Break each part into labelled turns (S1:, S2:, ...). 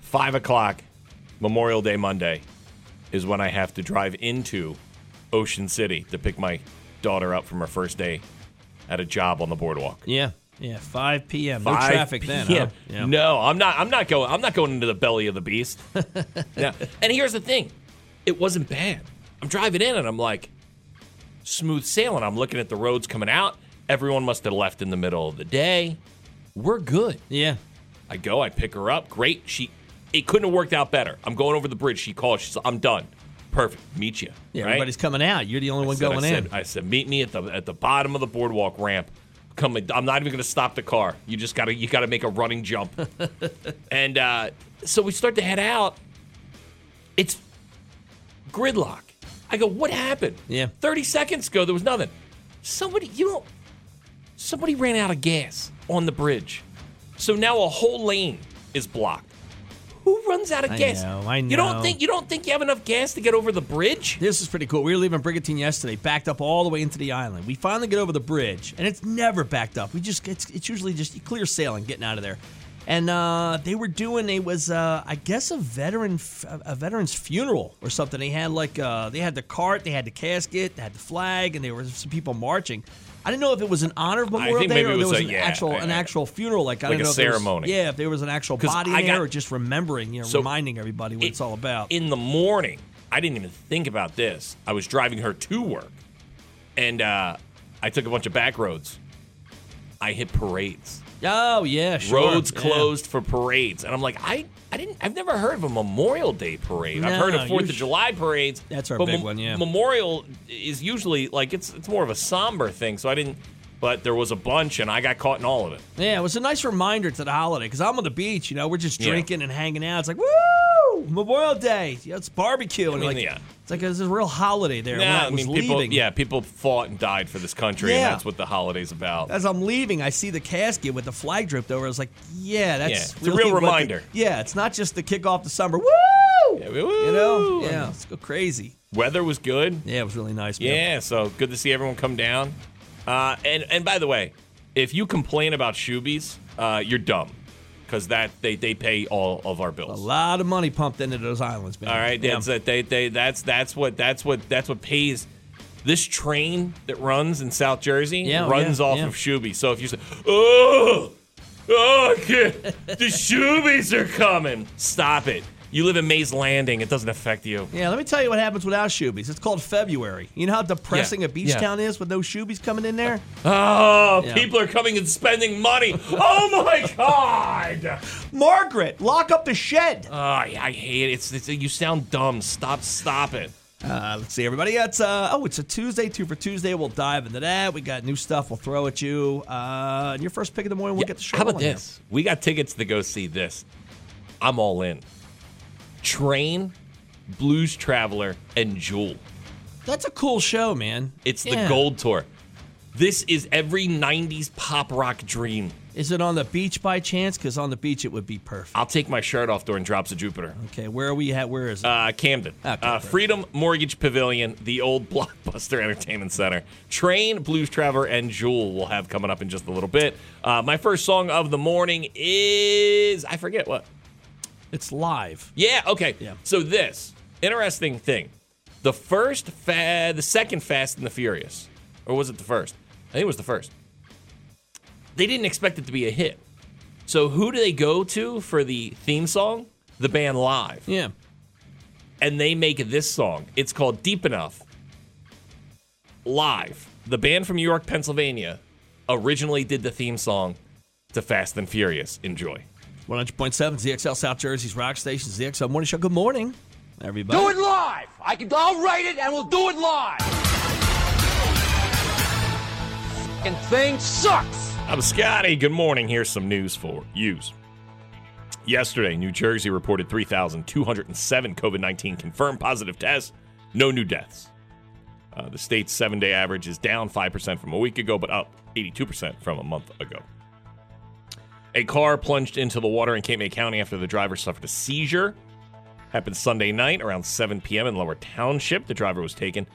S1: five o'clock, Memorial Day Monday, is when I have to drive into Ocean City to pick my daughter up from her first day at a job on the boardwalk.
S2: Yeah, yeah. 5 p.m. No
S1: 5
S2: traffic then.
S1: p.m.
S2: Huh? Yeah.
S1: No, I'm not. I'm not going. I'm not going into the belly of the beast. yeah. And here's the thing, it wasn't bad. I'm driving in and I'm like, smooth sailing. I'm looking at the roads coming out. Everyone must have left in the middle of the day. We're good.
S2: yeah,
S1: I go, I pick her up. Great. She, it couldn't have worked out better. I'm going over the bridge. She calls. She's, I'm done. Perfect. Meet you.
S2: yeah.
S1: right?
S2: Everybody's coming out. You're the only one
S1: said-
S2: going
S1: I
S2: in.
S1: said, I said, meet me at the at the bottom of the boardwalk ramp. Come, in- I'm not even going to stop the car. You just gotta you gotta make a running jump. and uh, so we start to head out. It's gridlock. I go, what happened?
S2: Yeah.
S1: Thirty seconds ago, there was nothing. Somebody, you know, somebody ran out of gas on the bridge. So now a whole lane is blocked. Who runs out of
S2: I
S1: gas?
S2: know, I
S1: You don't
S2: know.
S1: think you don't think you have enough gas to get over the bridge?
S2: This is pretty cool. We were leaving Brigantine yesterday, backed up all the way into the island. We finally get over the bridge, and it's never backed up. We just it's, it's usually just clear sailing, getting out of there. And uh, they were doing it was uh, I guess a veteran f- a veteran's funeral or something. They had like uh, they had the cart, they had the casket, they had the flag, and there were some people marching. I didn't know if it was an honor of Memorial
S1: think
S2: Day
S1: maybe
S2: or
S1: it
S2: there
S1: was
S2: was
S1: a-
S2: an
S1: yeah,
S2: actual
S1: I-
S2: an
S1: I-
S2: actual funeral. Like I
S1: Like
S2: didn't
S1: a
S2: know if there was-
S1: ceremony.
S2: yeah, if there was an actual
S1: 'Cause
S2: body
S1: I
S2: there
S1: got-
S2: or just remembering, you know,
S1: So-
S2: reminding everybody what
S1: it-
S2: it's all about.
S1: In the morning, I didn't even think about this. I was driving her to work, and uh, I took a bunch of back roads. I hit parades.
S2: oh yeah, sure.
S1: Roads
S2: Yeah.
S1: closed for parades, and I'm like, I, I didn't, I've never heard of a Memorial Day parade. I've heard
S2: No,
S1: of Fourth
S2: you
S1: of
S2: sh-
S1: July parades.
S2: That's our
S1: but
S2: big one, yeah.
S1: Memorial is usually like it's it's more of a somber thing, so I didn't. But there was a bunch, and I got caught in all of it.
S2: Yeah, it was a nice reminder to the holiday because I'm on the beach, you know, we're just
S1: Yeah.
S2: drinking and hanging out. It's like, woo, Memorial Day. Yeah, it's barbecue. And
S1: I mean,
S2: like,
S1: yeah.
S2: It's like it's a real holiday there. when
S1: Nah,
S2: I, was
S1: people,
S2: leaving.
S1: yeah, people fought and died for this country,
S2: Yeah.
S1: and that's what the holiday's about.
S2: As I'm leaving, I see the casket with the flag dripped over. I was like, yeah, that's
S1: Yeah, it's a
S2: really
S1: real
S2: what the-
S1: reminder.
S2: yeah, it's not just the kick off the summer. Woo!
S1: Yeah,
S2: You know?
S1: woo!
S2: Yeah, let's go crazy.
S1: Weather was good.
S2: Yeah, it was really nice. man.
S1: Yeah, so good to see everyone come down. Uh, and and by the way, if you complain about Shoebies, uh, you're dumb, because that they they pay all of our
S2: A
S1: bills.
S2: lot of money pumped into those islands, man.
S1: All right,
S2: Yeah.
S1: that's it. They, they that's that's what that's what that's what pays. This train that runs in South Jersey
S2: Yeah, oh,
S1: runs
S2: yeah,
S1: off
S2: yeah.
S1: of Shoebies. So if you say, oh, oh, I can't- the Shoebies are coming, stop it. You live in Mays Landing; it doesn't affect you.
S2: Yeah, let me tell you what happens without shoebies. It's called February. You know how depressing
S1: Yeah,
S2: a beach
S1: yeah. Uh,
S2: town is with no shoebies coming in there?
S1: Oh,
S2: Yeah.
S1: people are coming and spending money. oh my god!
S2: Margaret, lock up the shed.
S1: Oh, I, I hate it. It's, it's you sound dumb. Stop, stop it.
S2: Uh, let's see, everybody. That's uh, oh, it's a Tuesday. Two for Tuesday. We'll dive into that. We got new stuff. We'll throw at you. Uh, and your first pick of the morning. We'll get the show.
S1: How about
S2: rolling here.
S1: this? We got tickets to go see this. I'm all in. Train, Blues Traveler, and Jewel.
S2: That's a cool show, man.
S1: It's the
S2: Yeah.
S1: Gold Tour. This is every '90s pop rock dream.
S2: Is it on the beach by chance? Because on the beach it would be perfect.
S1: I'll take my shirt off during Drops of Jupiter.
S2: Okay, where are we at? Where is it?
S1: Uh, Camden.
S2: Ah, Camden.
S1: Uh, Freedom Mortgage Pavilion, the old Blockbuster Entertainment Center. Train, Blues Traveler, and Jewel will have coming up in just a little bit. Uh, my first song of the morning is I forget what.
S2: it's live.
S1: Yeah, okay.
S2: Yeah.
S1: So this interesting thing, the first fa- the second Fast and the Furious, or was it the first? I think it was the first. They didn't expect it to be a hit. So who do they go to for the theme song? The band Live
S2: Yeah.
S1: and they make this song. It's called Deep Enough. Live. The band from New York, Pennsylvania originally did the theme song to Fast and Furious. Enjoy.
S2: 100.7 ZXL South Jersey's Rock Station, ZXL Morning Show. Good morning, everybody.
S3: Do it live. I can. I'll write it, and we'll do it live. And thing sucks.
S1: I'm Scotty. Good morning. Here's some news for yous. Yesterday, New Jersey reported 3,207 COVID 19 confirmed positive tests, no new deaths. Uh, the state's seven day average is down 5% from a week ago, but up 82% from a month ago. A car plunged into the water in Cape May County after the driver suffered a seizure. Happened Sunday night around 7 p.m. in Lower Township. The driver was taken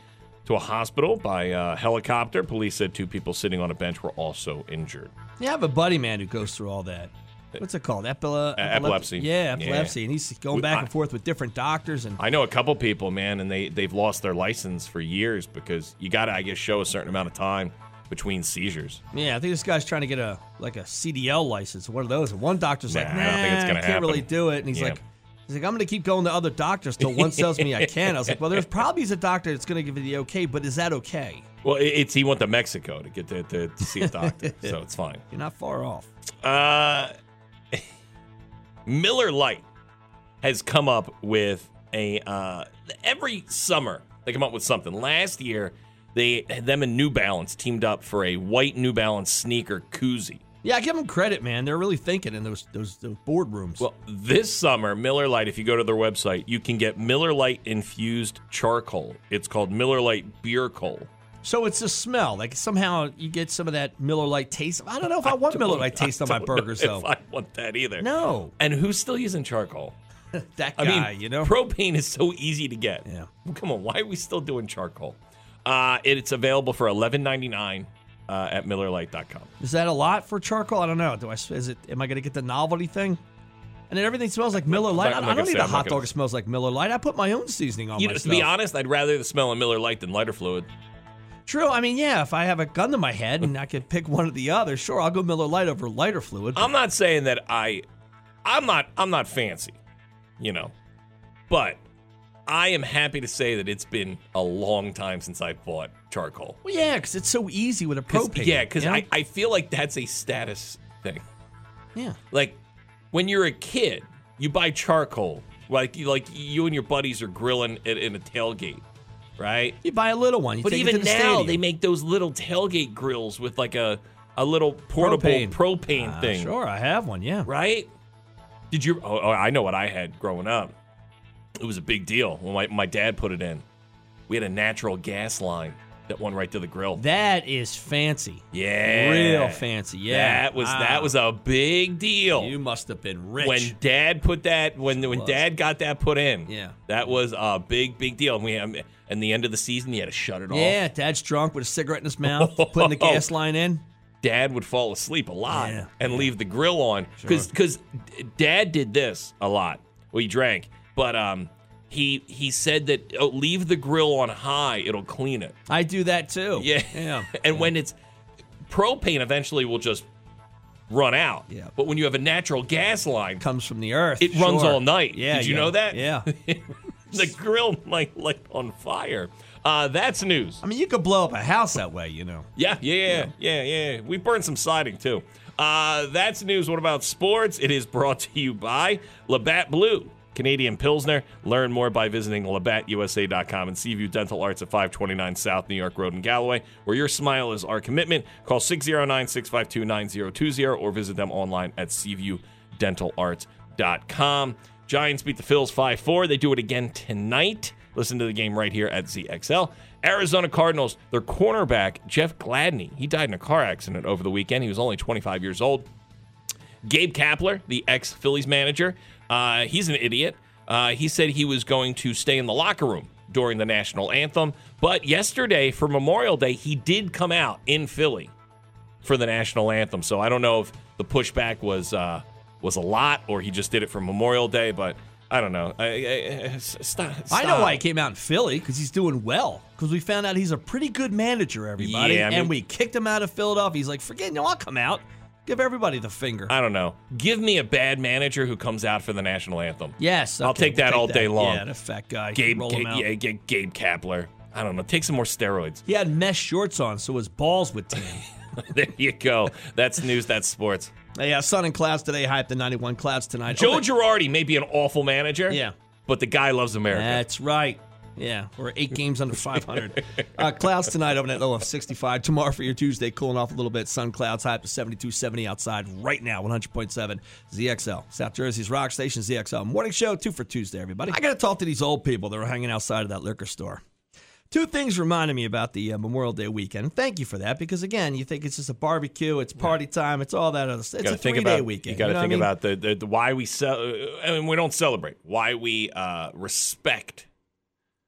S1: to a hospital by uh, helicopter. Police said two people sitting on a bench were also injured.
S2: Yeah, I have a buddy, man, who goes through all that. What's it called? Epile-
S1: E-, epilepsy.
S2: Yeah, epilepsy.
S1: Yeah.
S2: And he's going
S1: We-
S2: back
S1: I-
S2: and forth with different doctors. And
S1: I know a couple people, man, and they they've lost their license for years because you got to, I guess, show a certain amount of time between seizures.
S2: yeah, I think this guy's trying to get a like a CDL license, one of those. And one doctor's like,
S1: Nah,
S2: nah,
S1: I don't think it's gonna
S2: I can't really
S1: happen."
S2: do it. And he's
S1: Yeah.
S2: like, he's like, I'm going to keep going to other doctors till one tells me I can. I was like, well, there's probably is a doctor that's going to give you the okay, but is that okay?
S1: Well, it, it's he went to Mexico to get to, to, to see a doctor, so it's fine.
S2: You're not far off.
S1: Uh, Miller Lite has come up with a uh, every summer they come up with something. Last year, they them and New Balance teamed up for a white New Balance sneaker koozie.
S2: Yeah, I give them credit, man. They're really thinking in those those, those boardrooms.
S1: Well, this summer, Miller Lite, if you go to their website, you can get Miller Lite infused charcoal. It's called Miller Lite beer coal.
S2: so it's the smell. Like somehow you get some of that Miller Lite taste. I don't know if I, want Miller Lite taste on my
S1: Don't know
S2: burgers
S1: if
S2: though.
S1: I want that either.
S2: no,
S1: And who's still using charcoal?
S2: that
S1: I
S2: guy,
S1: mean,
S2: you know.
S1: propane is so easy to get.
S2: Yeah.
S1: Well, come on, why are we still doing charcoal? Uh, it- it's available for eleven ninety nine uh, at MillerLite.com.
S2: Is that a lot for charcoal? I don't know. Do I? Is it? Am I going to get the novelty thing? And then everything smells like Miller Lite.
S1: not- I'm
S2: I-
S1: not
S2: I don't
S1: gonna
S2: need
S1: say-
S2: a
S1: I'm not
S2: hot
S1: gonna-
S2: dog that smells like Miller Lite. I put my own seasoning on
S1: You
S2: my
S1: know, to
S2: stuff.
S1: be honest, I'd rather the smell of Miller Lite than lighter fluid.
S2: True. I mean, yeah. If I have a gun to my head and I could pick one or the other, sure, I'll go Miller Lite over lighter fluid.
S1: I'm not saying that I, I'm not, I'm not fancy, you know, but I am happy to say that it's been a long time since I bought charcoal.
S2: well, yeah, because it's so easy with a
S1: 'Cause-
S2: propane.
S1: yeah, because
S2: you know?
S1: I, I feel like that's a status thing.
S2: yeah.
S1: Like when you're a kid, you buy charcoal. Like you, like you and your buddies are grilling at, in a tailgate, right?
S2: You buy a little one. You
S1: But
S2: take
S1: even
S2: it to the
S1: now,
S2: stadium.
S1: they make those little tailgate grills with like a a little portable propane,
S2: Propane. Ah,
S1: thing,
S2: Sure, I have one. Yeah.
S1: right? Did you? Oh, oh, I know what I had growing up. It was a big deal when my, my dad put it in. We had a natural gas line that went right to the grill.
S2: That is fancy.
S1: yeah,
S2: Real fancy. Yeah.
S1: that was
S2: Ah,
S1: that was a big deal.
S2: You must have been rich.
S1: When Dad put that, when when
S2: was.
S1: Dad got that put in,
S2: Yeah.
S1: that was a big big deal. And we um, and the end of the season, you had to shut it
S2: yeah,
S1: off.
S2: dad's drunk with a cigarette in his mouth, putting
S1: Oh.
S2: the gas line in.
S1: Dad would fall asleep a lot
S2: Yeah.
S1: and leave the grill on because Dad did this a lot. Well, he drank, but um, he he said that oh, leave the grill on high, it'll clean it.
S2: I do that too.
S1: Yeah.
S2: Oh, Yeah.
S1: and when it's propane, eventually will just run out.
S2: Yeah.
S1: But when you have a natural gas line,
S2: Comes from the earth.
S1: It runs
S2: sure.
S1: all night.
S2: Yeah.
S1: Did you
S2: yeah.
S1: know that?
S2: Yeah.
S1: the grill might light on fire. Uh, that's news.
S2: I mean, you could blow up a house that way, you know.
S1: Yeah, yeah, yeah, yeah, yeah. We burned some siding too. Uh, that's news. What about sports? It is brought to you by Labatt Blue, Canadian Pilsner. Learn more by visiting labattusa.com and Seaview Dental Arts at 529 South New York Road in Galloway, where your smile is our commitment. Call 609 652 9020 or visit them online at seaviewdentalarts.com. Giants beat the Phils 5 4. They do it again tonight. Listen to the game right here at ZXL. Arizona Cardinals, their cornerback, Jeff Gladney, he died in a car accident over the weekend. He was only 25 years old. Gabe Kapler, the ex Phillies manager, uh, he's an idiot. Uh, he said he was going to stay in the locker room during the national anthem. But yesterday, for Memorial Day, he did come out in Philly for the national anthem. So I don't know if the pushback was uh, was a lot or he just did it for Memorial Day. But I don't know. I, I- I- s- stop,
S2: I know
S1: stop.
S2: why he came out in Philly because he's doing well. Because we found out he's a pretty good manager, everybody.
S1: Yeah, I mean-
S2: and we kicked him out of Philadelphia. He's like, forget, no, I'll come out. Give everybody the finger.
S1: I don't know. Give me a bad manager who comes out for the national anthem.
S2: yes,
S1: I'll
S2: okay,
S1: take that
S2: we'll
S1: all day long.
S2: Yeah, the fat guy.
S1: Gabe,
S2: roll
S1: Ga-
S2: him out.
S1: yeah, Ga- Gabe Kapler. I don't know. Take some more steroids.
S2: He had mesh shorts on, so his balls would tan.
S1: there you go. That's news. That's sports.
S2: yeah, uh, sun and clouds today. High up to 91 clouds tonight.
S1: Joe
S2: Okay.
S1: Girardi may be an awful manager.
S2: Yeah.
S1: But the guy loves America.
S2: That's right. Yeah, we're eight games under 500. uh, clouds tonight, over at low of 65. Tomorrow for your Tuesday, cooling off a little bit. Sun clouds high up to 72, 70 outside right now, 100.7 ZXL. South Jersey's Rock Station ZXL. Morning show, two for Tuesday, everybody. I got to talk to these old people that were hanging outside of that liquor store. Two things reminded me about the uh, Memorial Day weekend. Thank you for that because, again, you think it's just a barbecue, it's party time, it's all that other stuff. It's
S1: gotta
S2: a three
S1: about,
S2: day weekend.
S1: You got to
S2: know what I
S1: think
S2: mean?
S1: about the, the, the why we ce- uh I mean, we don't celebrate. Why we uh, respect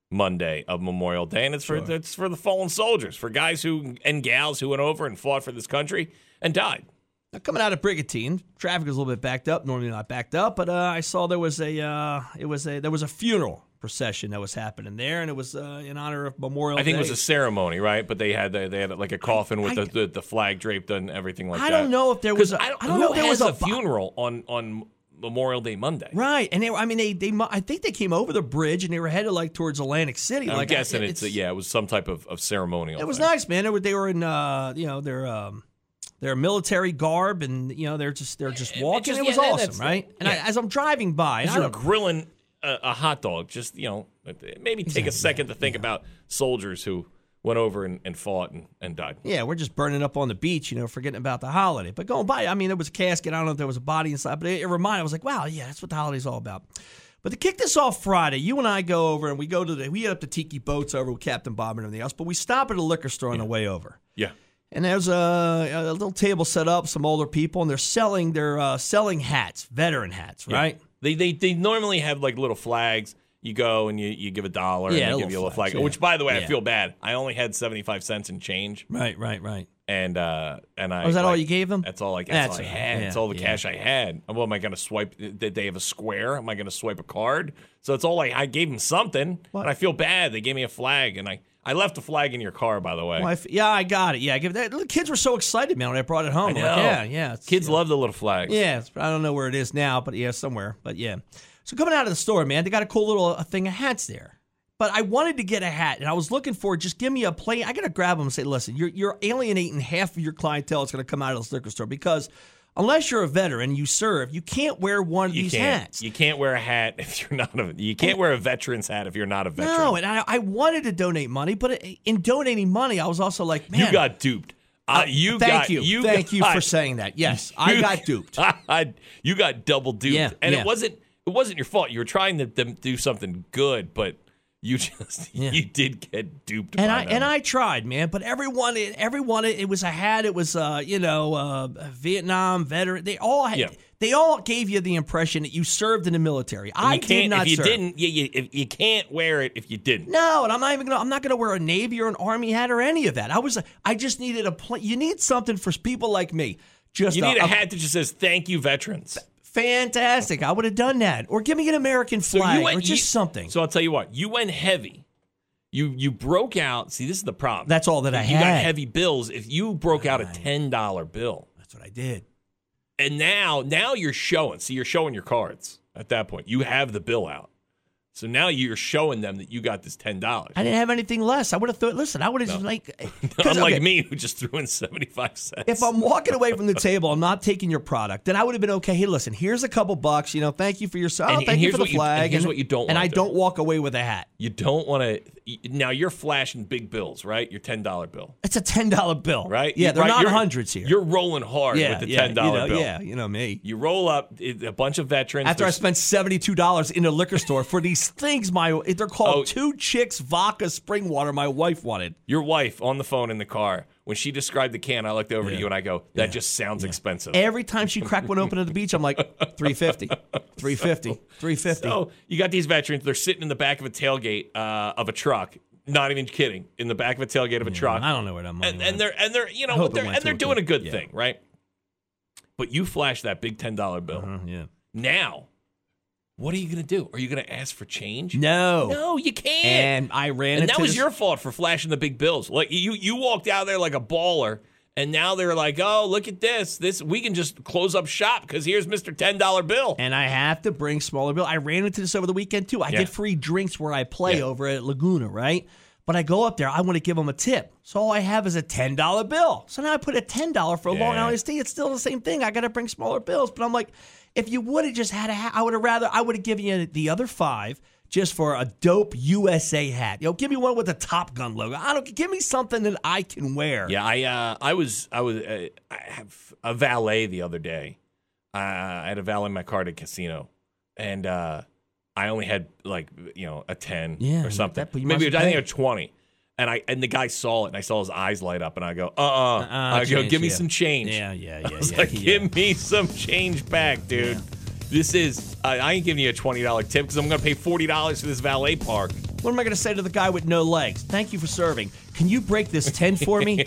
S1: Monday of Memorial Day, and it's for it's for the fallen soldiers, for guys who and gals who went over and fought for this country and died.
S2: Now, coming out of Brigantine, traffic was a little bit backed up. Normally not backed up, but uh, I saw there was a uh, it was a there was a funeral procession that was happening there, and it was uh, in honor of Memorial.
S1: I think it was
S2: Day.
S1: a ceremony, right? But they had they had like a coffin with
S2: I-
S1: the, the the flag draped and everything like
S2: I
S1: that.
S2: don't know if there was
S1: 'Cause
S2: a-
S1: I don't,
S2: I don't
S1: who
S2: know if there was
S1: has
S2: a
S1: a
S2: bo-
S1: funeral on on Memorial Day Monday.
S2: right, and they were, I mean they they mu- I think they came over the bridge and they were headed like towards Atlantic City.
S1: I'm
S2: like,
S1: guessing
S2: I-
S1: it's, yeah, it was some type of, of ceremonial.
S2: It was
S1: thing.
S2: nice, man. They were they were in uh, you know their um, their military garb, and you know they're just they're just walking.
S1: Eh, just-
S2: it was
S1: yeah, that-
S2: awesome,
S1: that's-
S2: right? And
S1: yeah.
S2: I, as I'm driving by, and
S1: As
S2: I
S1: you're
S2: don't-
S1: grilling a, a hot dog, just you know, maybe take a second to think about soldiers who went over and, and fought and, and died.
S2: Yeah, we're just burning up on the beach, you know, forgetting about the holiday. But going by, I mean, there was a casket. I don't know if there was a body inside, but it, it reminded. I was like, wow, yeah, that's what the holiday's all about. But to kick this off Friday, you and I go over and we go to the we head up to Tiki Boats over with Captain Bob and everything else. But we stop at a liquor store on the way over,
S1: Yeah,
S2: and there's a, a little table set up, some older people, and they're selling they're uh, selling hats, veteran hats, right?
S1: They, they they normally have like little flags. You go and you, you give a dollar
S2: Yeah,
S1: and they
S2: little
S1: give you a little
S2: flags,
S1: flag.
S2: yeah.
S1: Which, by the way,
S2: Yeah.
S1: I feel bad. I only had seventy five cents in change,
S2: Right, right, right.
S1: and uh, and I
S2: Oh, is that all
S1: like,
S2: you gave them?
S1: That's all I
S2: That's
S1: that's all I
S2: all right.
S1: had.
S2: Yeah,
S1: It's all the
S2: yeah.
S1: cash I had. Well, am I going to swipe? Did they have a square? Am I going to swipe a card? So it's all I I gave them something, and I feel bad. They gave me a flag, and I I left the flag in your car, by the way.
S2: Well, I f- yeah, I got it. Yeah, I give that. The kids were so excited, man, when I brought it home.
S1: I
S2: I'm like,
S1: know.
S2: yeah, yeah. it's-
S1: Kids
S2: yeah.
S1: love the little flags.
S2: Yeah, it's- I don't know where it is now, but yeah, somewhere. But yeah. So coming out of the store, man, they got a cool little uh thing of hats there. But I wanted to get a hat, and I was looking for just give me a plane. I gotta grab them and say, listen, you're you're alienating half of your clientele that's gonna come out of this liquor store because unless you're a veteran, you serve, you can't wear one of
S1: You
S2: these
S1: can't,
S2: hats. Oh.
S1: you can't wear a hat if you're not a you can't wear a veteran's hat if you're not a veteran.
S2: no, and I, I wanted to donate money, but uh, in donating money, I was also like, man,
S1: you got duped. Uh, you
S2: thank
S1: got,
S2: you, thank you
S1: got-
S2: for saying that. Yes, I
S1: you-
S2: got duped.
S1: I- you got double duped,
S2: Yeah,
S1: and
S2: yeah.
S1: it wasn't it wasn't your fault. You were trying to, to do something good, but you just you did get duped.
S2: and
S1: by
S2: I
S1: them.
S2: and I tried, man, but everyone, everyone, it was a hat. It was, uh, you know, uh, Vietnam veteran. They all had,
S1: Yeah.
S2: they all gave you the impression that you served in the military. I
S1: you
S2: did
S1: can't
S2: not
S1: if you
S2: serve.
S1: didn't you, you, if, you can't wear it if you didn't.
S2: No, and I'm not even gonna. I'm not gonna wear a navy or an army hat or any of that. I was. I just needed a. Pl- you need something for people like me. Just
S1: You need a hat that just says "Thank you, veterans."
S2: Fantastic. I would have done that, or give me an American
S1: So you
S2: flag,
S1: went-
S2: or just
S1: you-
S2: something.
S1: So I'll tell you what, you went heavy. You you broke out. See, this is the problem.
S2: That's all that I
S1: you
S2: had.
S1: got heavy bills. If you broke out a ten dollar bill,
S2: That's what I did.
S1: and now now you're showing. See, you're showing your cards at that point. You have the bill out, so now you're showing them that you got this ten dollars.
S2: I didn't have anything less. I would have thought. Listen, I would have just like. 'cause,
S1: Unlike
S2: okay,
S1: me, who just threw in seventy five cents.
S2: If I'm walking away from the table, I'm not taking your product, then I would have been okay. Hey, listen, here's a couple bucks. You know, thank you for your. Oh,
S1: And- and
S2: thank you
S1: here's
S2: for the
S1: what you- and
S2: flag.
S1: here's what you don't
S2: And
S1: wanna
S2: I
S1: do.
S2: don't walk away with a hat.
S1: you don't want to. Now you're flashing big bills, right? Your ten dollar bill,
S2: It's a ten dollar bill,
S1: right?
S2: Yeah,
S1: You-
S2: they're
S1: right,
S2: not
S1: you're-
S2: hundreds here.
S1: You're rolling hard
S2: yeah,
S1: with the
S2: yeah,
S1: ten dollar
S2: you know,
S1: bill.
S2: Yeah, you know me.
S1: You roll up it- a bunch of veterans.
S2: After I
S1: There's-
S2: spent seventy two dollars in a liquor store for these things, my they're called
S1: Oh.
S2: two chicks vodka spring water. My wife wanted.
S1: your wife on the phone in the car when she described the can, I looked over
S2: Yeah.
S1: to you and I go, "That just sounds expensive."
S2: Every time she cracked one open at the beach, I'm like, 350 350 350
S1: So Oh, you got these veterans; they're sitting in the back of a tailgate uh, of a truck. Not even kidding, in the back of a tailgate of a truck.
S2: I don't know where that money
S1: and,
S2: went.
S1: and they're and they're you know
S2: hope
S1: what
S2: it
S1: they're,
S2: went
S1: and they're
S2: to a
S1: doing a
S2: good-
S1: good
S2: yeah.
S1: thing, right? But you flash that big ten dollar bill.
S2: yeah.
S1: Now, what are you gonna do? Are you gonna ask for change?
S2: No.
S1: no, you can't.
S2: And I ran
S1: and
S2: into
S1: that was
S2: this-
S1: your fault for flashing the big bills. Like you, you walked out there like a baller, And now they're like, oh, look at this. This we can just close up shop because here's Mr. Ten Dollar Bill.
S2: And I have to bring smaller bill. I ran into this over the weekend too. I
S1: Yeah.
S2: get free drinks where I play
S1: Yeah.
S2: over at Laguna, right? But I go up there, I want to give them a tip. So all I have is a $10 bill. So now I put a $10 for a Long
S1: Yeah.
S2: Island State. It's still the same thing. I got to bring smaller bills. But I'm like, if you would have just had a hat, I would have rather, I would have given you the other five just for a dope USA hat. You know, give me one with a Top Gun logo. I don't, give me something that I can wear.
S1: Yeah, I uh, I was I was uh, I have a valet the other day. Uh, I had a valet in my car at a casino, and uh, I only had like you know a ten
S2: Yeah,
S1: or something.
S2: that- but you
S1: Maybe
S2: must
S1: I think
S2: pay.
S1: a twenty. And I and the guy saw it, and I saw his eyes light up, and I go, uh, uh
S2: Uh-uh,
S1: I go,
S2: change,
S1: give me
S2: yeah.
S1: some change.
S2: Yeah, yeah, yeah.
S1: I was
S2: yeah,
S1: like,
S2: yeah.
S1: give me some change back, dude. This is I, I ain't giving you a twenty dollar tip because I'm gonna pay forty dollars for this valet park.
S2: What am I going to say to the guy with no legs? Thank you for serving. Can you break this 10 for me?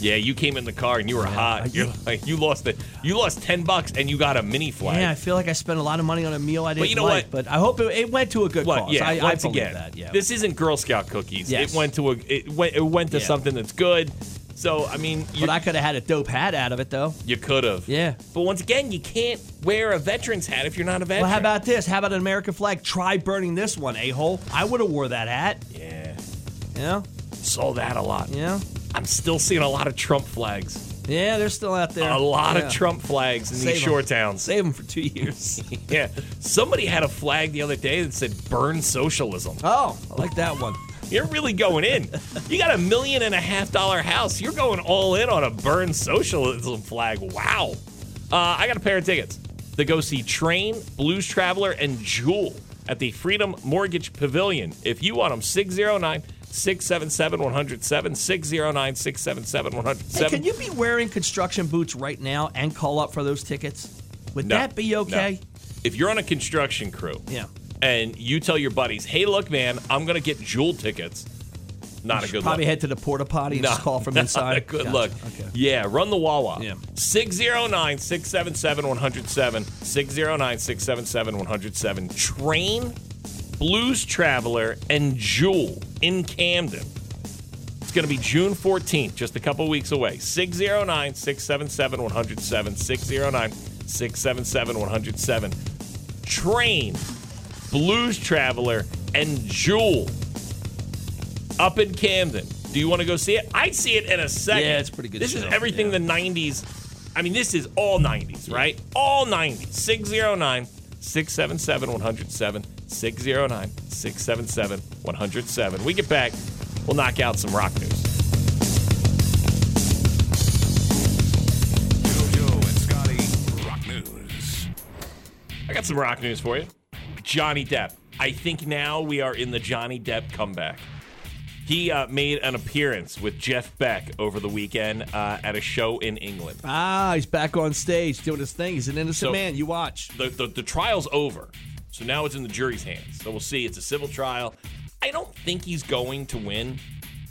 S1: Yeah, you came in the car and you were hot.
S2: you-
S1: You're like, you lost it. You lost ten bucks and you got a mini flag.
S2: Yeah, I feel like I spent a lot of money on a meal I didn't
S1: you know
S2: like,
S1: what?
S2: but I hope it, it went to a good
S1: But
S2: cause.
S1: yeah,
S2: I,
S1: once
S2: I believe
S1: again,
S2: that. Yeah.
S1: this isn't Girl Scout cookies.
S2: Yes.
S1: It went to a it went it went to
S2: Yeah.
S1: something that's good. So I mean, you,
S2: but I could have had a dope hat out of it though.
S1: you could have.
S2: Yeah.
S1: But once again, you can't wear a veteran's hat if you're not a veteran.
S2: Well, how about this? How about an American flag? Try burning this one, a hole. I would have wore that hat.
S1: yeah?
S2: You know,
S1: Saw that a lot.
S2: you know.
S1: I'm still seeing a lot of Trump flags.
S2: Yeah, they're still out there.
S1: A lot
S2: Yeah.
S1: of Trump flags in
S2: Save
S1: these
S2: 'em.
S1: shore towns.
S2: Save them for two years.
S1: Yeah. Somebody had a flag the other day that said "Burn Socialism."
S2: oh, I like that one.
S1: You're really going in. You got a million and a half dollar house. You're going all in on a burn socialism flag. Wow. Uh, I got a pair of tickets to go see Train, Blues Traveler, and Jewel at the Freedom Mortgage Pavilion. If you want them, 609 677 107. 609 677
S2: Hey,
S1: 107.
S2: can you be wearing construction boots right now and call up for those tickets? Would
S1: No,
S2: that be
S1: no.
S2: okay?
S1: If you're on a construction crew,
S2: Yeah.
S1: and you tell your buddies, "Hey, look, man, I'm gonna get Jewel tickets." Not a good
S2: Probably
S1: look.
S2: head to the porta potty and just call from
S1: not
S2: inside.
S1: a good
S2: Gotcha.
S1: look.
S2: Okay.
S1: Yeah, run the Wawa.
S2: Yeah.
S1: 609 677 107. 609 677 107. Train, Blues Traveler, and Jewel in Camden. It's going to be June 14th, just a couple weeks away. 609 677 107. 609 677 107. Train, Blues Traveler, and Jewel up in Camden. Do you want to go see it? I'd see it in a second.
S2: Yeah, it's a pretty good
S1: This is
S2: show,
S1: everything
S2: yeah.
S1: the 90s. I mean, this is all 90s, right? All 90s. 609 677 107. 609 677 107. We get back, we'll knock out some rock news.
S4: JoJo and Scotty, Rock News.
S1: I got some rock news for you. Johnny Depp. I think now we are in the Johnny Depp comeback. He uh, made an appearance with Jeff Beck over the weekend uh, at a show in England.
S2: Ah, he's back on stage doing his thing. He's an innocent
S1: So-
S2: man. You watch.
S1: The, the, the trial's over, so now it's in the jury's hands. So we'll see. It's a civil trial. I don't think he's going to win,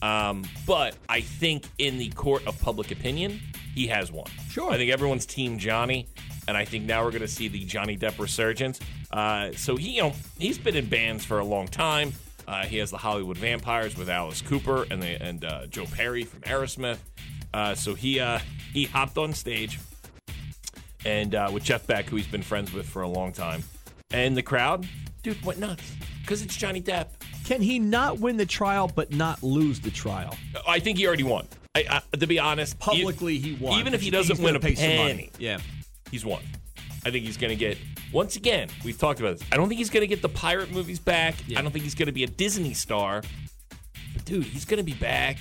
S1: um, but I think in the court of public opinion, he has won.
S2: Sure.
S1: I think everyone's team Johnny, and I think now we're going to see the Johnny Depp resurgence. Uh, so he, you know, he's been in bands for a long time. Uh, he has the Hollywood Vampires with Alice Cooper and the, and uh, Joe Perry from Aerosmith. Uh, so he uh, he hopped on stage and uh, with Jeff Beck, who he's been friends with for a long time. And the crowd, dude, went nuts because it's Johnny Depp.
S2: Can he not win the trial but not lose the trial?
S1: I think he already won. I, I, to be honest, he-
S2: Publicly, he won.
S1: Even if he
S2: He's
S1: doesn't win
S2: gonna
S1: a
S2: pay some money.
S1: penny,
S2: Yeah.
S1: he's won. I think he's going to get. Once again, we've talked about this. I don't think he's going to get the pirate movies back. I don't think he's going to be a Disney star. But dude, he's going to be back.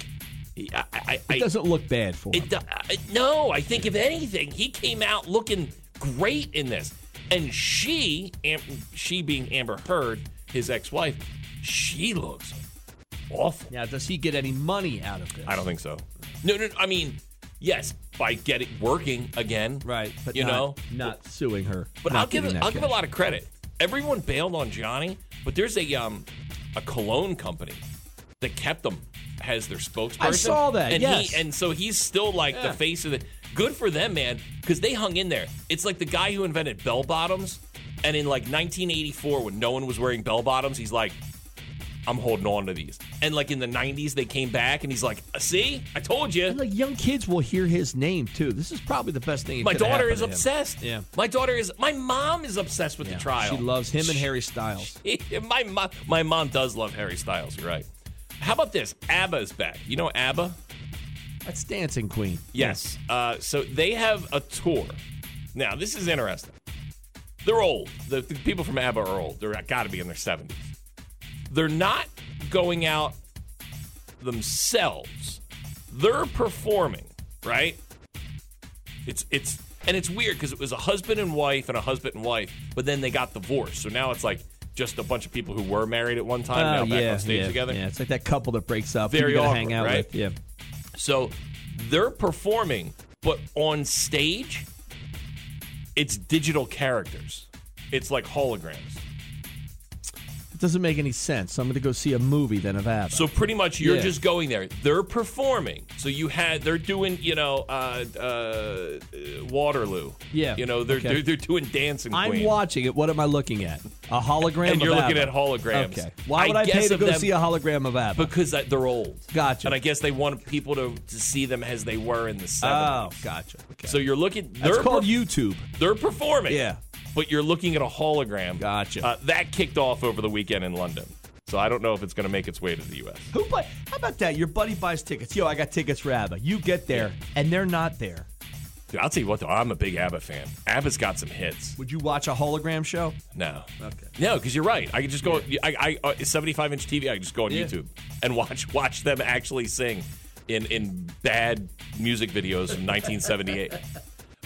S1: He, I, I, I,
S2: It doesn't look bad for him.
S1: It do- I- no, I think if anything, he came out looking great in this. And she, Am- she being Amber Heard, his ex-wife, she looks awful.
S2: Now, does he get any money out of this?
S1: I don't think so. No, no, I mean, yes, by getting working again,
S2: Right, but
S1: you
S2: not-
S1: know,
S2: not suing her.
S1: but
S2: not
S1: I'll give
S2: giving
S1: it,
S2: that
S1: I'll give a
S2: cash.
S1: lot of credit. Everyone bailed on Johnny, but there's a um a cologne company that kept him as their spokesperson.
S2: saw that,
S1: And
S2: yes.
S1: he and so he's still like
S2: Yeah.
S1: the face of the good for them, man, because they hung in there. It's like the guy who invented bell bottoms, and in like 1984, when no one was wearing bell bottoms, he's like, I'm holding on to these. And like in the 90s, they came back and he's like, see, I told you.
S2: And the young kids will hear his name too. This is probably the best thing. that
S1: My
S2: could've
S1: daughter
S2: happened
S1: is
S2: to him.
S1: obsessed.
S2: Yeah.
S1: My daughter is, my mom is obsessed with
S2: Yeah.
S1: the trial.
S2: She loves him and Harry Styles.
S1: my, mom, my mom does love Harry Styles. You're right. How about this? ABBA's back. You know ABBA?
S2: That's Dancing Queen.
S1: Yes. Uh, so they have a tour. Now, this is interesting. They're old. The, the people from ABBA are old. They're got to be in their 70s. They're not going out themselves. They're performing, right? It's it's and it's weird because it was a husband and wife and a husband and wife, but then they got divorced. So now it's like just a bunch of people who were married at one time now
S2: Oh,
S1: back
S2: yeah,
S1: on stage
S2: yeah,
S1: together.
S2: Yeah, it's like that couple that breaks up.
S1: Very
S2: you gotta
S1: awkward,
S2: hang out
S1: right?
S2: with. Yeah.
S1: So they're performing, but on stage, it's digital characters. It's like holograms.
S2: It doesn't make any sense. So I'm going to go see a movie then of ABBA.
S1: So pretty much you're
S2: Yeah.
S1: just going there. They're performing. So you had they're doing you know uh, uh, uh, Waterloo.
S2: Yeah,
S1: You know they're
S2: okay.
S1: they're, they're doing Dancing
S2: I'm
S1: Queen.
S2: watching it. What am I looking at? A hologram.
S1: And you're
S2: of
S1: looking
S2: ABBA.
S1: at holograms.
S2: Okay. Why would I,
S1: guess
S2: pay to
S1: of
S2: go
S1: them-
S2: see a hologram of ABBA?
S1: Because I- they're old.
S2: Gotcha.
S1: And I guess they want people to, to see them as they were in the 70s.
S2: oh, gotcha. Okay.
S1: So you're looking. They're
S2: That's called
S1: perf-
S2: YouTube.
S1: They're performing.
S2: Yeah.
S1: But you're looking at a hologram.
S2: Gotcha.
S1: Uh, that kicked off over the weekend in London. So I don't know if it's going to make its way to the U.S.
S2: Who buy? How about that? Your buddy buys tickets. Yo, I got tickets for ABBA. You get there, and they're not there.
S1: Dude, I'll tell you what, though, I'm a big ABBA fan. ABBA's got some hits.
S2: Would you watch a hologram show?
S1: No. Okay. No, because you're right. I could just go. I, I uh, 75 inch TV. I could just go on
S2: Yeah.
S1: YouTube and watch watch them actually sing in in bad music videos from 1978. Uh,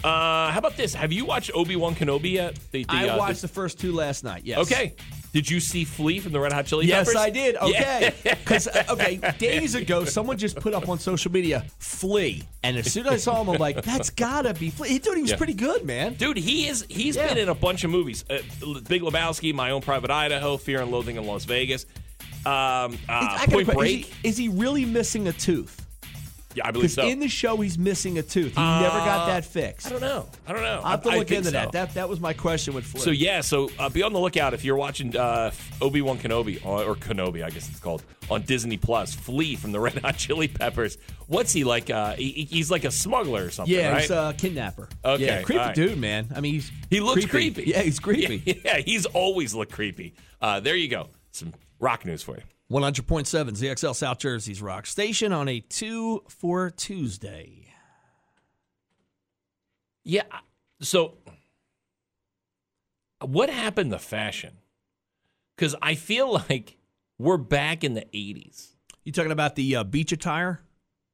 S1: how about this? Have you watched Obi Wan Kenobi yet? The, the,
S2: I
S1: uh,
S2: watched the first two last night. Yes.
S1: Okay. Did you see Flea from the Red Hot Chili
S2: Yes,
S1: Peppers?
S2: I did.
S1: Yeah.
S2: Okay. Because, okay, days ago, someone just put up on social media, Flea. And as soon as I saw him, I'm like, that's got to be Flea. Dude, he was
S1: Yeah.
S2: pretty good, man.
S1: Dude, he is. He's
S2: Yeah.
S1: been in a bunch of movies: uh, Big Lebowski, My Own Private Idaho, Fear and Loathing in Las Vegas, um,
S2: It's-
S1: uh,
S2: I gotta
S1: Point
S2: que-
S1: Break.
S2: Is he, is he really missing a tooth?
S1: yeah, I believe
S2: Because
S1: so.
S2: in the show, he's missing a tooth. He never got that fixed.
S1: Uh, I don't know. I don't know.
S2: I'll have to
S1: I- I
S2: look
S1: think
S2: into
S1: so.
S2: that. that. That was my question with Flea.
S1: So yeah, so uh, be on the lookout if you're watching uh, Obi Wan Kenobi or, or Kenobi, I guess it's called on Disney Plus. Flea from the Red Hot Chili Peppers. What's he like? Uh, he- he, he's like a smuggler or something.
S2: Yeah,
S1: right?
S2: he's uh, a kidnapper.
S1: Okay,
S2: Yeah, creepy
S1: all right.
S2: dude, man. I mean, he's
S1: He looks creepy.
S2: Yeah, he's creepy.
S1: Yeah, he's always looked creepy. Uh, there you go. Some rock news for you.
S2: 100.7 ZXL South Jersey's Rock Station on a 2 for Tuesday.
S1: Yeah. I- So, what happened to fashion? Because I feel like we're back in the 80s.
S2: You talking about the uh, beach attire?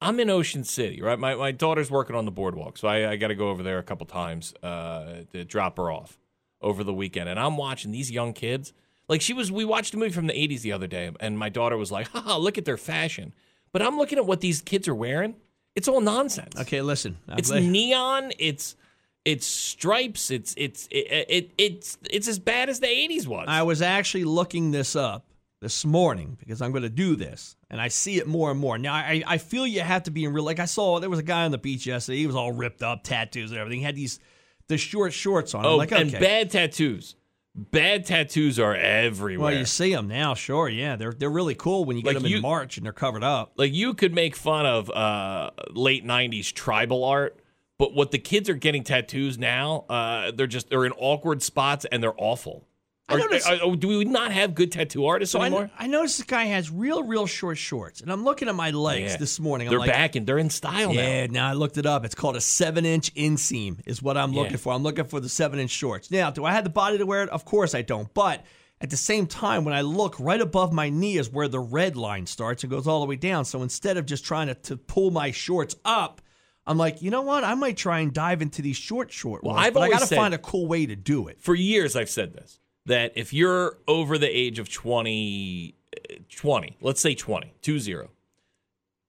S1: I'm in Ocean City, right? My, my daughter's working on the boardwalk, so I, I got to go over there a couple times uh, to drop her off over the weekend. And I'm watching these young kids. Like she was, we watched a movie from the 80s the other day, and my daughter was like, "Haha, look at their fashion." But I'm looking at what these kids are wearing. It's all nonsense.
S2: Okay, listen. I'm
S1: It's
S2: glad-
S1: neon. It's it's stripes. It's it's it, it it's it's as bad as the '80s was.
S2: I was actually looking this up this morning because I'm going to do this, and I see it more and more. Now, I, I feel you have to be in real. Like I saw there was a guy on the beach yesterday. He was all ripped up, tattoos and everything. He had these the short shorts on. I'm
S1: oh,
S2: like,
S1: and
S2: okay.
S1: bad tattoos. Bad tattoos are everywhere.
S2: Well, you see them now, sure. Yeah, they're they're really cool when you get
S1: Like
S2: them
S1: you-
S2: in March and they're covered up.
S1: like you could make fun of uh, late '90s tribal art, but what the kids are getting tattoos now, uh, they're just they're in awkward spots and they're awful.
S2: I
S1: Are-
S2: noticed-
S1: are- do we not have good tattoo artists
S2: So I,
S1: anymore?
S2: I noticed this guy has real, real short shorts, and I'm looking at my legs
S1: Yeah.
S2: this morning. I'm
S1: they're
S2: like,
S1: back and they're in style
S2: Yeah,
S1: now.
S2: now I looked it up. It's called a seven inch inseam, is what I'm looking
S1: Yeah.
S2: for. I'm looking for the seven inch shorts. Now, do I have the body to wear it? Of course I don't. But at the same time, when I look right above my knee is where the red line starts and goes all the way down. So instead of just trying to, to pull my shorts up, I'm like, you know what? I might try and dive into these short, short
S1: Well,
S2: ones.
S1: I've
S2: but I
S1: always
S2: got to
S1: said-
S2: find a cool way to do it.
S1: for years I've said this that if you're over the age of 20, uh, 20, let's say 20, 20,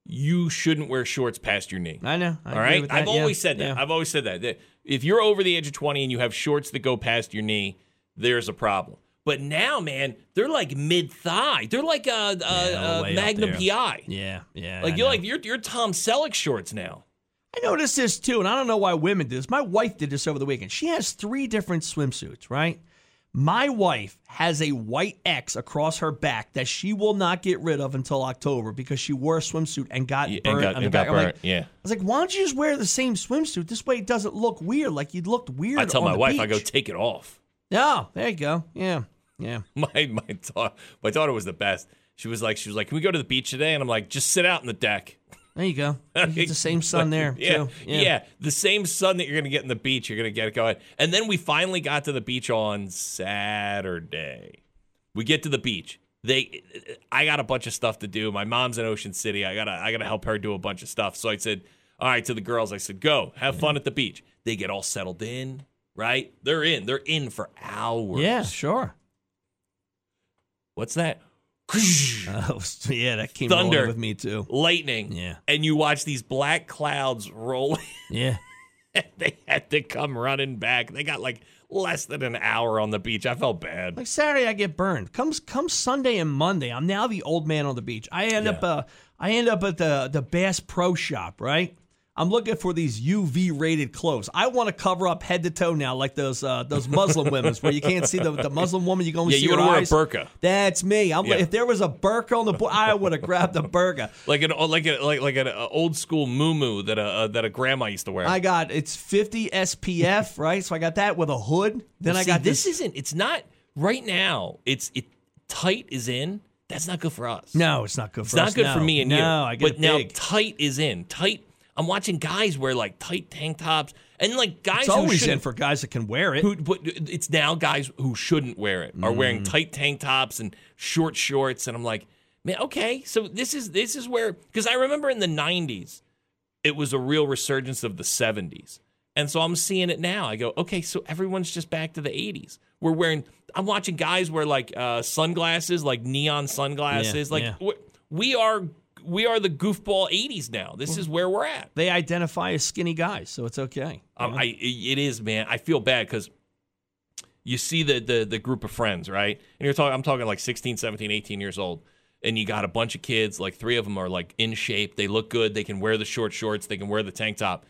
S1: you shouldn't wear shorts past your knee.
S2: I know. I
S1: All
S2: agree
S1: right.
S2: with
S1: I've
S2: that, yeah,
S1: always said that.
S2: yeah.
S1: I've always said that, that If you're over the age of 20 and you have shorts that go past your knee, there's a problem. But now, man, they're like mid thigh. They're like a, a,
S2: Yeah,
S1: a
S2: way up
S1: Uh, Magnum
S2: there.
S1: PI.
S2: Yeah, yeah.
S1: Like
S2: I
S1: you're
S2: know.
S1: like you're, you're Tom Selleck shorts now.
S2: I noticed this too, and I don't know why women do this. My wife did this over the weekend. She has three different swimsuits, right? My wife has a white X across her back that she will not get rid of until October because she wore a swimsuit and got
S1: Yeah, and
S2: burnt
S1: got-
S2: on the
S1: and
S2: back.
S1: got
S2: I'm like,
S1: burnt, yeah.
S2: I was like, why don't you just wear the same swimsuit? This way it doesn't look weird. Like you looked weird.
S1: I tell
S2: on
S1: my
S2: the
S1: wife, I go,
S2: beach."
S1: take it off.
S2: No, there you go. Yeah, yeah.
S1: my my daughter my daughter was the best. She was like she was like, "Can we go to the beach today?" And I'm like, "Just sit out in the deck."
S2: There you go. You get the same sun there
S1: yeah,
S2: too.
S1: yeah, the same sun that you're gonna get in the beach, you're gonna get going. And then we finally got to the beach on Saturday. We get to the beach. They, I got a bunch of stuff to do. My mom's in Ocean City. I gotta I gotta help her do a bunch of stuff. So I said, "All right," to the girls. I said, "Go have fun at the beach." They get all settled in. Right? They're in. They're in for hours.
S2: Yeah, sure.
S1: What's that?
S2: Oh, yeah, that came
S1: Thunder.
S2: rolling with me too.
S1: lightning.
S2: Yeah.
S1: And you watch these black clouds roll.
S2: Yeah.
S1: they had to come running back. They got like less than an hour on the beach. I felt bad.
S2: Like Saturday, I get burned. Comes come Sunday and Monday, I'm now the old man on the beach. I end up uh, I end up at the the Bass Pro Shop, right? I'm looking for these UV rated clothes. I want to cover up head to toe now, like those uh, those Muslim women, where you can't see the, the Muslim woman. You can only
S1: Yeah,
S2: see
S1: you
S2: her
S1: would wear a
S2: eyes.
S1: burqa.
S2: That's me. I'm,
S1: Yeah.
S2: If there was a burqa on the board, I would have grabbed a burqa.
S1: Like an like a, like like an uh, old school moo that a uh, that a grandma used to wear.
S2: I got it's 50 SPF, right? So I got that with a hood. Then I
S1: See,
S2: got
S1: this isn't it's not right now. It's it tight is in. That's not good for us.
S2: No, it's not good for
S1: It's not
S2: us,
S1: good
S2: no.
S1: for me and
S2: no,
S1: you.
S2: I get
S1: but now
S2: big.
S1: tight is in. Tight I'm watching guys wear like tight tank tops and like guys
S2: it's
S1: who
S2: always in
S1: shouldn't-
S2: for guys that can wear it. Mm.
S1: who but it's now guys who shouldn't wear it are wearing tight tank tops and short shorts and I'm like man okay so this is this is where cuz I remember in the 90s it was a real resurgence of the 70s and so I'm seeing it now I go okay so everyone's just back to the 80s we're wearing I'm watching guys wear like uh, sunglasses like neon sunglasses
S2: Yeah,
S1: like
S2: yeah.
S1: we- we are we are the goofball 80s now this is where we're at
S2: they identify as skinny guys, so it's okay.
S1: um, I it is, man. I feel bad because you see the, the the group of friends, right? And you're talking I'm talking like 16, 17, 18 years old. And you got a bunch of kids, like three of them are like in shape. They look good. They can wear the short shorts. They can wear the tank top.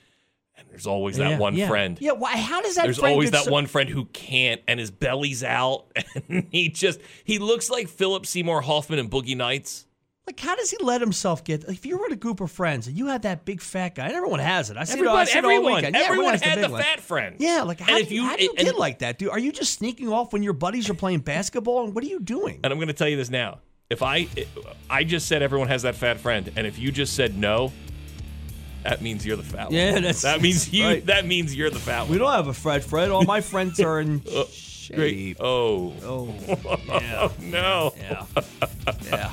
S1: And there's always that
S2: Yeah,
S1: one
S2: yeah.
S1: friend.
S2: Yeah, why? How does that?
S1: There's
S2: friend
S1: always
S2: get
S1: that
S2: so-
S1: one friend who can't, and his belly's out, and he just he looks like Philip Seymour Hoffman in Boogie Nights.
S2: Like, how does he let himself get? If you were in a group of friends and you had that big fat guy, and everyone has it. I see it all, I
S1: Everyone,
S2: see it all
S1: everyone,
S2: weekend. Yeah,
S1: everyone
S2: has
S1: had
S2: big
S1: the,
S2: one.
S1: fat friend.
S2: Yeah, like how
S1: And if
S2: do you,
S1: you-
S2: how do you
S1: and-
S2: get like that, dude? Are you just sneaking off when your buddies are playing basketball? And what are you doing?
S1: And I'm going to tell you this now. If I I just said everyone has that fat friend, and if you just said no, that means you're the fat one.
S2: Yeah, that's-
S1: that means you.
S2: right.
S1: That means you're the fat
S2: We
S1: one.
S2: don't have a Fred. Fred, all my friends are in shape.
S1: Great. Oh,
S2: Oh, yeah,
S1: no!
S2: yeah, yeah.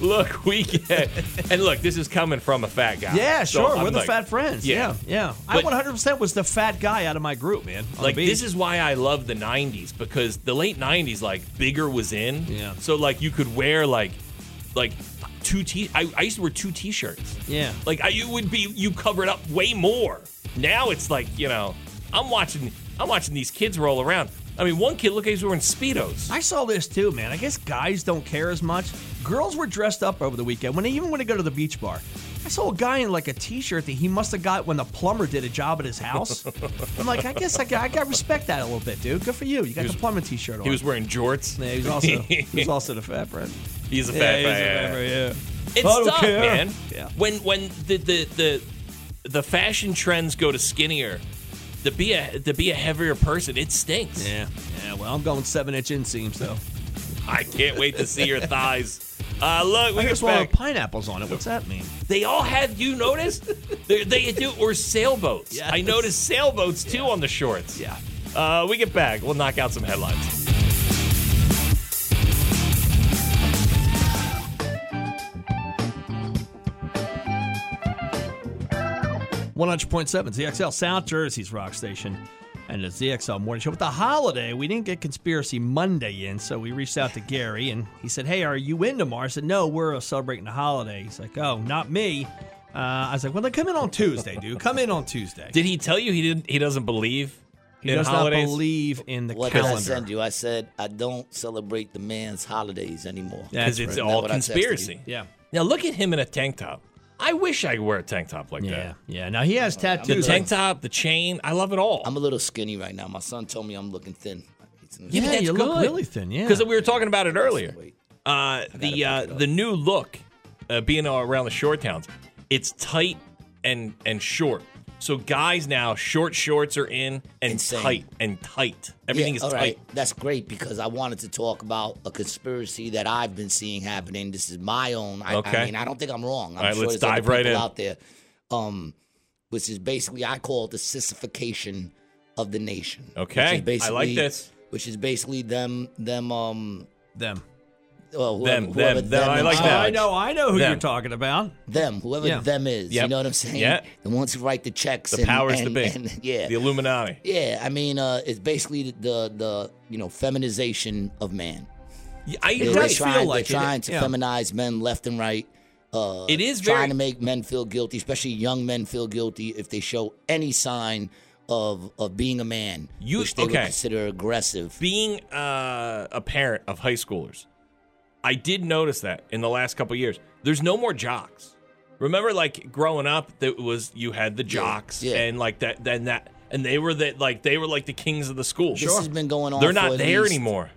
S1: Look, we get and look. This is coming from a fat guy.
S2: Yeah,
S1: So
S2: sure.
S1: I'm
S2: We're the
S1: like-
S2: fat friends. Yeah, yeah.
S1: Yeah.
S2: I
S1: But-
S2: 100% was the fat guy out of my group, man. on the
S1: Like
S2: beach.
S1: this is why I love the '90s because the late '90s, like bigger was in.
S2: Yeah.
S1: So like you could wear like, like two t. I, I used to wear two t-shirts.
S2: Yeah.
S1: Like I, you would be you covered up way more. Now it's like you know I'm watching I'm watching these kids roll around. I mean, one kid look like he's wearing speedos.
S2: I saw this too, man. I guess guys don't care as much. Girls were dressed up over the weekend when they even want to go to the beach bar. I saw a guy in like a t-shirt that he must have got when the plumber did a job at his house. I'm like, I guess I got, I got to respect that a little bit, dude. Good for you. You got the plumber t-shirt on.
S1: He was wearing jorts.
S2: yeah, he was also he was also the fat friend.
S1: He's a
S2: Yeah, he
S1: fat
S2: was a
S1: guy.
S2: fat friend, yeah.
S1: It's
S2: I don't
S1: tough,
S2: care.
S1: man.
S2: Yeah.
S1: When when the the the the fashion trends go to skinnier, to be a to be a heavier person, it stinks.
S2: Yeah, yeah. Well, I'm going seven-inch inseams though.
S1: I can't wait to see your thighs. Uh, look, we
S2: I
S1: get
S2: just want
S1: back.
S2: pineapples on it. What's that mean?
S1: They all have. You notice? they, they do or sailboats.
S2: Yes.
S1: I noticed sailboats too on the shorts.
S2: Yeah.
S1: Uh, we get back. We'll knock out some headlines.
S2: One hundred point seven ZXL South Jersey's rock station, and the ZXL Morning Show. With the holiday, we didn't get Conspiracy Monday in, so we reached out to Gary, and he said, "Hey, are you in tomorrow?" I said, "No, we're uh, celebrating the holiday." He's like, "Oh, not me." Uh, I was like, "Well, then come in on Tuesday, dude. Come in on Tuesday."
S1: Did he tell you he didn't? He doesn't believe.
S2: He
S1: in
S2: does
S1: holidays?
S2: not believe in the
S5: What did I
S2: calendar.
S5: send you? I said I don't celebrate the man's holidays anymore.
S2: Yeah.
S1: because
S2: That's
S1: it's
S2: right.
S1: all
S5: That's what I texted
S1: conspiracy.
S2: Yeah.
S1: Now look at him in a tank top. I wish I could wear a tank top like
S2: Yeah,
S1: that.
S2: yeah. Now he has
S1: The
S2: tattoos.
S1: tank top, the chain, I love it all.
S5: I'm a little skinny right now. My son told me I'm looking thin. He's
S1: Even
S2: Yeah,
S1: that's
S2: you look
S1: good.
S2: really thin, yeah.
S1: because we were talking about it earlier. Uh, the uh, the new look, uh, being around the short towns, it's tight and and short. So guys now, short shorts are in and
S5: Insane.
S1: tight and tight. Everything is
S5: all
S1: tight.
S5: right. That's great because I wanted to talk about a conspiracy that I've been seeing happening. This is my own. I,
S1: Okay.
S5: I mean, I don't think I'm wrong. I'm
S1: right,
S5: sure
S1: let's
S5: there's other
S1: dive right
S5: people
S1: in.
S5: out there, um, which is basically I call it the sissification of the nation. which
S1: Okay.
S5: is
S1: I like
S5: basically-
S1: this.
S5: Which is basically them, them, um,
S2: Them.
S5: well, whoever,
S1: Them,
S5: whoever
S1: them, them. I
S5: in
S1: like that.
S5: charge-
S2: I know, I know who
S1: Them.
S2: you're talking about.
S5: them, whoever
S2: Yeah.
S5: them is.
S1: Yep.
S5: You know what I'm saying?
S1: Yeah.
S5: The ones who write the checks.
S1: The
S5: and,
S1: powers to
S5: and-
S1: be.
S5: and- yeah.
S1: The Illuminati.
S5: yeah. I mean, uh, it's basically the, the you know feminization of man.
S1: Yeah, I,
S5: They're,
S1: it
S5: they're
S1: does
S5: trying,
S1: feel
S5: they're
S1: like it.
S5: trying to
S2: yeah.
S5: feminize men left and right. Uh,
S1: It is
S5: trying
S1: very-
S5: to make men feel guilty, especially young men feel guilty if they show any sign of of being a man,
S1: You-
S5: which they
S1: okay.
S5: would consider aggressive.
S1: being uh, a parent of high schoolers, I did notice that in the last couple years. There's no more jocks. Remember, like growing up, that was you had the jocks
S5: yeah.
S1: and like that, then that, and they were the like they were like the kings of the school.
S5: This has been going on.
S1: They're
S5: for
S1: not
S5: at
S1: there
S5: least-
S1: anymore.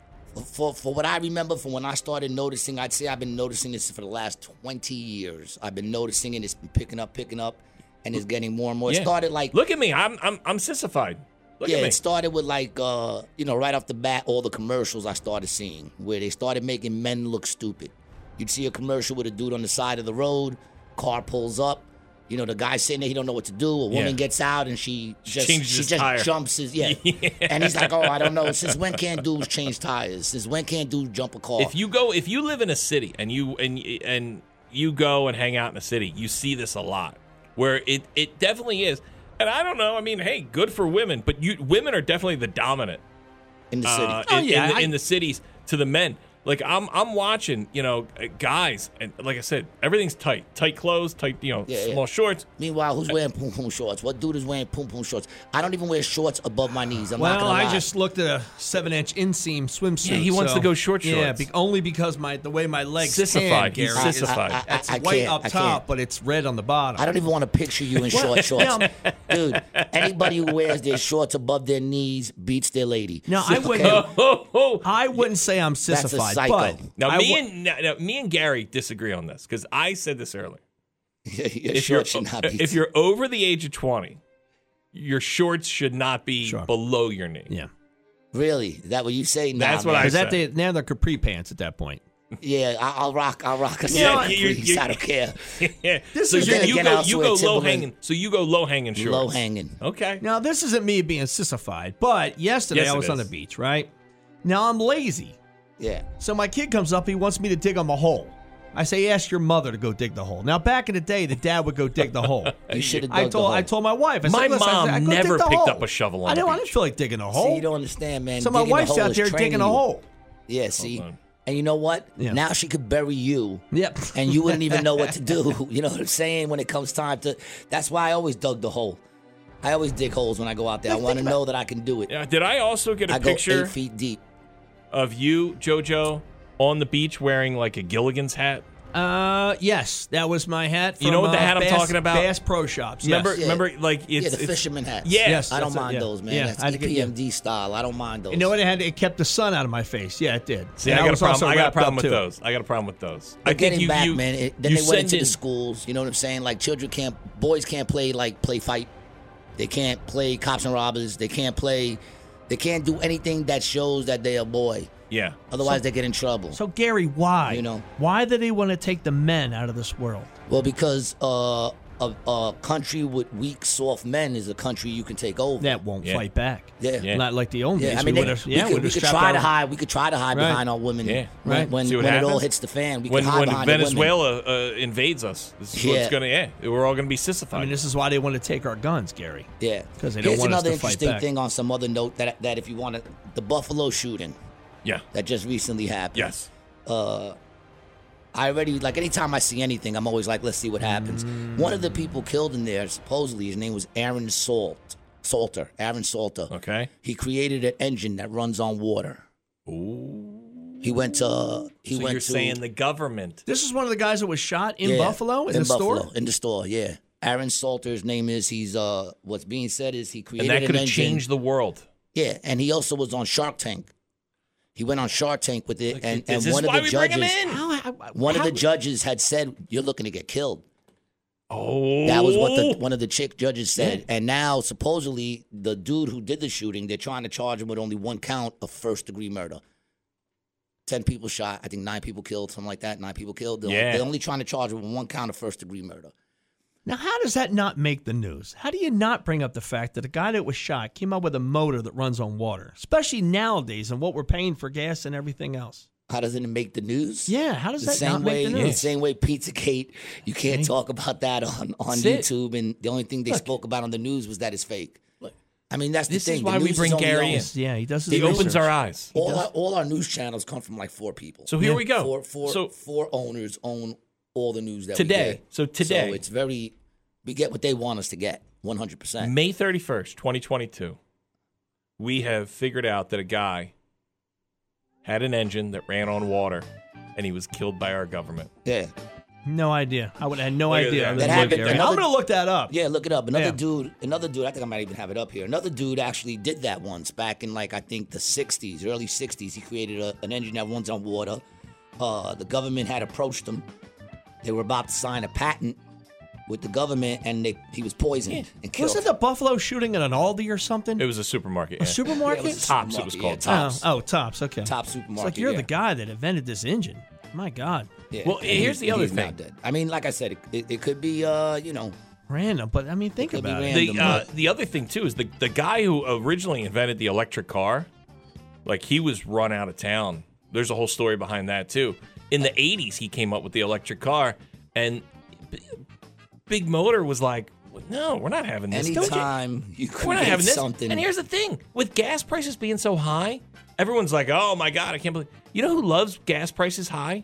S5: for for what I remember from when I started noticing, I'd say I've been noticing this for the last 20 years. I've been noticing it. It's been picking up, picking up, and it's getting more and more. It
S1: Yeah.
S5: started like
S1: Look at me, I'm I'm I'm sissified. Look
S5: yeah,
S1: at me.
S5: it started with like uh, you know right off the bat all the commercials I started seeing where they started making men look stupid. You'd see a commercial with a dude on the side of the road, car pulls up. You know the guy sitting there, he don't know what to do. A woman
S1: Yeah.
S5: gets out and she just
S1: changes
S5: she
S1: his
S5: just
S1: tire.
S5: jumps his yeah. and he's like, oh, I don't know. Since when can't dudes change tires? Since when can't dudes jump a car?
S1: if you go, if you live in a city and you and and you go and hang out in a city, you see this a lot. Where it it definitely is, and I don't know. I mean, hey, good for women, but you women are definitely the dominant.
S5: in the city,
S1: uh,
S2: Oh,
S1: in,
S2: yeah,
S1: in, the,
S2: I-
S1: in the cities to the men. Like I'm, I'm watching, you know, uh, guys, and like I said, everything's tight, tight clothes, tight, you know,
S5: Yeah, yeah.
S1: small shorts.
S5: Meanwhile, who's wearing poom poom shorts? What dude is wearing poom poom shorts? I don't even wear shorts above my knees. I'm not
S2: Well,
S5: gonna lie.
S2: I just looked at a seven-inch inseam swimsuit.
S1: Yeah, he wants
S2: so-
S1: to go short
S2: Yeah,
S1: shorts.
S2: be- only because my the way my legs tan,
S1: Sissified.
S2: Gary,
S1: He's
S2: is-
S1: sissified.
S5: I-
S2: That's
S5: I
S2: white
S5: can't,
S2: up
S5: I
S2: top,
S5: can't.
S2: but it's red on the bottom.
S5: I don't even want to picture you in short shorts, dude. Anybody who wears their shorts above their knees beats their lady.
S2: no, I wouldn't. I wouldn't say I'm
S5: That's a
S2: sissified,
S5: psycho.
S2: but
S1: Now
S2: I
S1: me
S2: wa-
S1: and now, now, me and Gary disagree on this because I said this earlier.
S5: your
S1: If
S5: shorts
S1: you're
S5: should not
S1: uh,
S5: be.
S1: if you're over the age of twenty, your shorts should not be
S2: Sure.
S1: below your knee.
S2: yeah,
S5: really, is that what you say? Nah,
S1: That's what I
S5: man.
S2: because that
S1: said.
S2: they, now they're capri pants at that point.
S5: Yeah, I, I'll rock. I'll rock a
S1: Yeah,
S5: set,
S1: you're-
S5: please.
S1: you're-
S5: I don't care.
S1: Yeah.
S2: This
S1: so
S2: is-
S1: you,
S2: Then
S1: you
S5: again,
S1: go you
S5: I'll swear
S1: go low
S5: Timberland-
S1: hanging. So you go low hanging shorts.
S5: Low hanging.
S1: Okay.
S2: Now, this isn't me being sissified, but yesterday
S1: Yes,
S2: I
S1: it
S2: was on the
S1: is.
S2: beach, right? Now I'm lazy.
S5: Yeah.
S2: So my kid comes up, he wants me to dig him a hole. I say, ask your mother to go dig the hole. Now back in the day, the dad would go dig the hole.
S5: You should have
S2: Uh, I told I told my wife. I
S1: My
S2: said, "Listen," I said,
S1: mom
S2: "I go dig
S1: never
S2: the
S1: picked
S2: hole."
S1: up a shovel on
S2: I
S1: the
S2: know I didn't
S1: beach.
S2: feel like digging a
S5: See,
S2: hole.
S5: you don't understand, man.
S2: so my
S5: Digging a
S2: wife's
S5: hole
S2: out
S5: is
S2: there digging
S5: training
S2: a
S5: you.
S2: hole.
S5: Yeah. See,
S1: on.
S5: and you know what?
S2: Yeah.
S5: Now she could bury you.
S2: Yep.
S5: and you wouldn't even know what to do. You know what I'm saying? When it comes time to, that's why I always dug the hole. I always dig holes when I go out there. I want to know that I can do it.
S1: Yeah, did I also get a
S5: I go
S1: picture
S5: eight feet deep.
S1: of you, JoJo, on the beach wearing like a Gilligan's hat?
S2: Uh, yes, that was my hat.
S1: You know
S2: from,
S1: what the
S2: uh,
S1: hat I'm
S2: Bass-
S1: talking about?
S2: Bass Pro Shops. yes.
S1: Remember,
S5: Yeah.
S1: remember, like it's
S5: yeah, the
S1: it's-
S5: fisherman hats.
S1: Yeah.
S2: Yes,
S5: I don't
S2: that's it,
S5: mind
S2: yeah.
S5: those, man.
S2: Yeah,
S5: that's E
S2: I had to get- yeah.
S5: EPMD style. I don't mind those.
S2: You know what? It had it kept the sun out of my face. Yeah, it did.
S1: See,
S2: And
S1: I got a
S2: was also
S1: problem. I got a
S2: wrapped
S1: problem
S2: up,
S1: with
S2: too.
S1: those. I got a problem with those. I
S5: But getting
S1: you,
S5: back,
S1: you-
S5: man. It, then
S1: you
S5: they went
S1: send
S5: into the
S1: in-
S5: schools. You know what I'm saying? Like children can't, boys can't play like play fight. They can't play cops and robbers. They can't play. They can't do anything that shows that they're a boy.
S1: Yeah,
S5: Otherwise, they get in trouble.
S2: So Gary, why?
S5: You know.
S2: why do they want to take the men out of this world?
S5: Well, because uh, a, a country with weak, soft men is a country you can take over.
S2: That won't
S1: Yeah.
S2: fight back.
S5: Yeah. Yeah.
S2: Not like the old
S5: Yeah,
S2: days.
S5: I mean,
S2: we
S5: they-
S2: would've-
S5: we,
S2: yeah,
S5: could,
S2: would've
S5: we could
S2: strapped
S5: try
S2: our-
S5: to hide. We could try to hide
S2: Right.
S5: behind our women.
S1: Yeah.
S5: when,
S2: Right.
S5: When,
S1: See what
S5: when it all
S1: happens?
S5: hits the fan, we
S1: when
S5: can hide
S1: when
S5: behind the women.
S1: Venezuela uh, invades us, this is what's
S5: Yeah.
S1: gonna. Yeah, we're all gonna be sissified.
S2: I mean, this is why they want to take our guns, Gary.
S5: Yeah.
S2: 'Cause they don't
S5: Here's
S2: want us
S5: another
S2: to fight
S5: interesting
S2: back.
S5: thing on some other note that that if you want to, the Buffalo shooting
S1: yeah,
S5: that just recently happened.
S1: yes.
S5: I already like anytime I see anything, I'm always like, let's see what happens.
S2: Mm.
S5: One of the people killed in there, supposedly, his name was Aaron Salt Salter. Aaron Salter.
S1: Okay.
S5: He created an engine that runs on water. Ooh. He went to he
S1: So
S5: went
S1: you're
S5: to
S1: saying the government?
S2: This is one of the guys that was shot in
S5: yeah,
S2: Buffalo in, the
S5: Buffalo,
S2: store.
S5: In the store, yeah. Aaron Salter's name is he's uh what's being said is he
S1: And
S5: created
S1: that
S5: an
S1: could have
S5: engine.
S1: changed the world.
S5: yeah, and he also was on Shark Tank. He went on Shark Tank with it, and, and
S1: Is this
S5: one of
S1: why
S5: the
S1: we
S5: judges,
S1: bring him in?
S2: How- how-
S5: one of
S2: how-
S5: the judges had said, "You're looking to get killed."
S1: Oh,
S5: That was what the, one of the chick judges said. And now, supposedly, the dude who did the shooting, they're trying to charge him with only one count of first degree murder. Ten people shot. I think nine people killed, something like that. Nine people killed. They're,
S1: Yeah.
S5: they're only trying to charge him with one count of first degree murder.
S2: Now, how does that not make the news? How do you not bring up the fact that a guy that was shot came up with a motor that runs on water, especially nowadays and what we're paying for gas and everything else?
S5: How doesn't it make the news?
S2: Yeah, how does
S5: the
S2: that
S5: same
S2: not
S5: way,
S2: make the news?
S5: The same way PizzaGate, you can't talk about that on, on
S1: That's it.
S5: YouTube, and the only thing they spoke about on the news was that it's fake. I mean, that's
S1: This
S5: the
S1: is
S5: thing. The
S1: why we
S5: news
S1: bring
S5: only
S1: Gary
S5: on-
S1: in.
S2: Yeah, he does. His
S1: He opens
S2: research.
S1: our eyes.
S5: All our, all our news channels come from like four people.
S1: So here we go.
S5: Four, four,
S1: so
S5: four owners own all the news that
S1: Today.
S5: We get.
S1: So today.
S5: so it's very. We get what they want us to get, one hundred percent.
S1: May 31st, 2022, we have figured out that a guy had an engine that ran on water and he was killed by our government.
S5: Yeah,
S2: No idea. I would have had no
S1: Look at
S2: idea.
S1: that.
S2: other
S1: That
S2: than
S5: happened.
S2: Gary. I'm
S5: Another-
S2: going to look that up.
S5: yeah. Look it up. Another
S2: Yeah.
S5: dude, another dude. I think I might even have it up here. Another dude actually did that once back in like I think the '60s, early '60s. He created a, an engine that runs on water. Uh, the government had approached him. They were about to sign a patent with the government, and they, he was poisoned and killed.
S2: Wasn't the Buffalo shooting at an Aldi or something?
S1: It was a supermarket.
S2: a
S1: yeah.
S5: Yeah,
S2: supermarket?
S5: it was a
S1: Tops, it was
S5: supermarket,
S1: called.
S5: yeah, Tops.
S2: Oh, oh, tops. Okay.
S5: Top
S2: It's
S5: supermarket.
S2: like you're
S5: yeah.
S2: the guy that invented this engine. My God.
S5: Yeah.
S1: Well,
S5: And
S1: here's the
S5: and
S1: other
S5: he's not
S1: thing.
S5: dead. I mean, like I said, it, it, it could be, uh, you know,
S2: Random, but I mean, think
S5: could be
S2: about it.
S5: random.
S1: the, uh,
S5: Look.
S1: the other thing, too, is the, the guy who originally invented the electric car, like he was run out of town. There's a whole story behind that, too. In the 80s, he came up with the electric car, and B- Big Motor was like, no, we're not having this. Don't you-
S5: anytime you
S1: We're not
S5: create
S1: having this.
S5: something.
S1: And here's the thing: with gas prices being so high, everyone's like, "Oh my god, I can't believe." You know who loves gas prices high?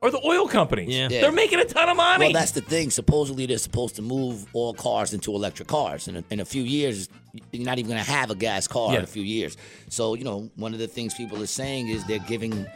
S1: Are the oil companies?
S2: Yeah.
S5: Yeah.
S1: they're making a ton of money.
S5: well, that's the thing. Supposedly, they're supposed to move all cars into electric cars. In a, in a few years, you're not even going to have a gas car in
S1: Yeah.
S5: a few years. So, you know, one of the things people are saying is they're giving,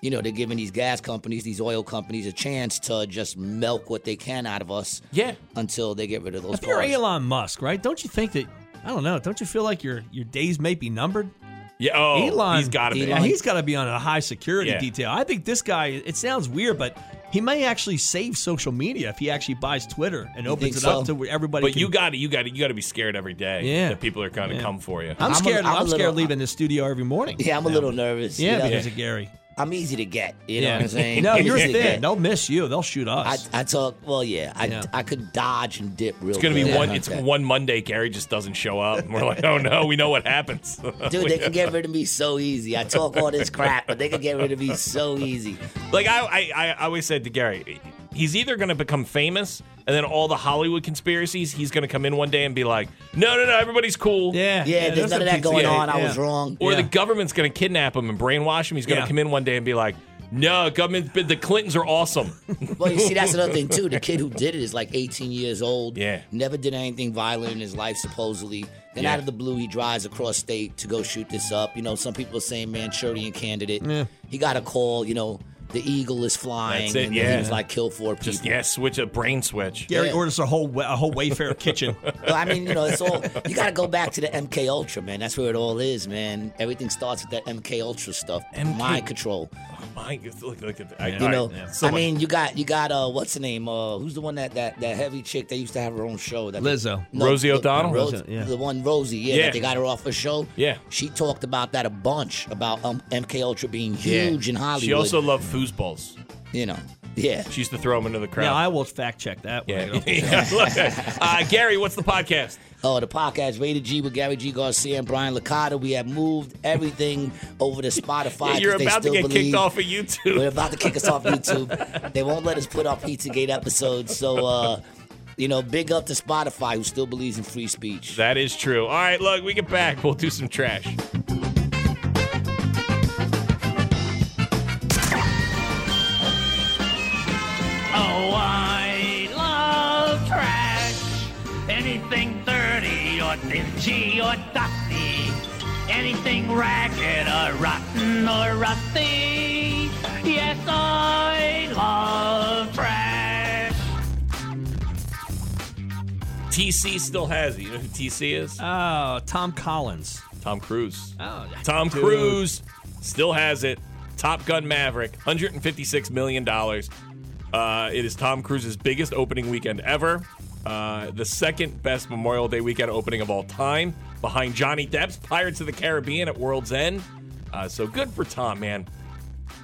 S5: you know, they're giving these gas companies, these oil companies, a chance to just milk what they can out of us
S1: yeah,
S5: until they get rid of those
S2: If you're
S5: cars.
S2: Elon Musk, right? Don't you think that? I don't know. Don't you feel like your your days may be numbered?
S1: yeah. Oh,
S2: Elon,
S1: he's got to be.
S5: Elon-
S2: Yeah, he's got to be on a high security
S1: Yeah.
S2: detail. I think this guy. It sounds weird, but he may actually save social media if he actually buys Twitter and opens it
S5: think
S2: up
S5: so?
S2: to where everybody.
S1: But
S2: can-
S1: you got to, you got to, you got to be scared every day.
S2: Yeah.
S1: that people are going to
S2: Yeah.
S1: come for you.
S2: I'm
S5: I'm a-
S2: scared.
S5: I'm a
S2: I'm, scared
S5: little-
S2: leaving the studio every morning.
S5: yeah, I'm a
S2: now.
S5: little nervous. you
S2: Yeah,
S5: know?
S2: because of Gary.
S5: I'm easy to get. You know
S2: yeah,
S5: what I'm saying?
S2: no,
S5: Easy
S2: you're
S5: to
S2: thin.
S5: get.
S2: They'll miss you. They'll shoot
S5: I,
S2: us.
S5: I talk. Well, yeah, I,
S2: Yeah.
S5: I could dodge and dip real.
S1: It's gonna be
S5: good.
S1: one.
S5: Like
S1: It's
S5: that.
S1: one Monday. Gary just doesn't show up, and we're like, "Oh no, we know what happens."
S5: Dude, they can get rid of me so easy. I talk all this crap, but they can get rid of me so easy.
S1: Like I, I, I- I always said to Gary, he's either going to become famous, and then all the Hollywood conspiracies, he's going to come in one day and be like, "No, no, no, everybody's cool."
S2: yeah,
S5: Yeah, there's none
S2: some
S5: of that going
S2: PTA,
S5: on. I
S2: yeah.
S5: was wrong.
S1: Or the
S2: Yeah.
S1: government's going to kidnap him and brainwash him. He's going to
S2: Yeah.
S1: come in one day and be like, "No, government, the Clintons are awesome."
S5: Well, you see, that's another thing too. The kid who did it is like 18 years old.
S1: Yeah.
S5: never did anything violent in his life, supposedly. Then
S1: Yeah.
S5: out of the blue, he drives across state to go shoot this up. You know, some people are saying Manchurian Candidate. He got a call. You know, the eagle is flying,
S1: That's it,
S5: and
S1: yeah.
S5: then he was like, kill four people.
S1: Just yeah, switch a brain switch.
S2: Gary
S5: Yeah.
S2: orders a whole wa- a whole Wayfair kitchen.
S5: Well, I mean, you know, it's all you got to go back to the MK Ultra, man. That's where it all is, man. Everything starts with that MK Ultra stuff,
S1: MK
S5: mind control.
S1: Oh my, look, look at that. I-
S5: You
S1: all
S5: know,
S1: right, yeah.
S5: I
S1: Someone-
S5: mean, you got you got uh, what's the name? Uh, who's the one that that that heavy chick that used to have her own show? That
S2: Lizzo.
S1: Rosie
S5: the-
S1: O'Donnell?
S5: Ros-
S2: Lizzo, yeah.
S5: the one Rosie, yeah,
S1: Yeah.
S5: That they got her off her show.
S1: Yeah.
S5: she talked about that a bunch about um, MK Ultra being huge in Hollywood.
S1: she also loved foosballs.
S5: you know, yeah.
S1: She used to throw them into the crowd.
S2: Now I will fact check that. when I get
S1: yeah,
S2: off the show.
S1: yeah. look. uh, Gary, what's the podcast?
S5: Oh, the podcast Rated G with Gary G Garcia and Brian Licata. We have moved everything over to Spotify.
S1: Yeah, you're
S5: 'cause they
S1: about to
S5: still
S1: get
S5: believe-
S1: kicked off of YouTube.
S5: We're about to kick us off YouTube. They won't let us put our Pizzagate episodes. So, uh, you know, big up to Spotify, who still believes in free speech.
S1: That is true. All right, look, we get back. We'll do some trash.
S6: Oh, I love trash. Anything dirty or dingy or dusty. Anything ragged or rotten or rusty. Yes, I love trash.
S1: TC still has it. You know who TC is?
S2: Oh, Tom Collins.
S1: Tom Cruise.
S2: Oh,
S1: Tom
S2: dude.
S1: Cruise. still has it. Top Gun Maverick, $156 million. Uh, it is Tom Cruise's biggest opening weekend ever. Uh, the second best Memorial Day weekend opening of all time, behind Johnny Depp's Pirates of the Caribbean at World's End. Uh, so good for Tom, man.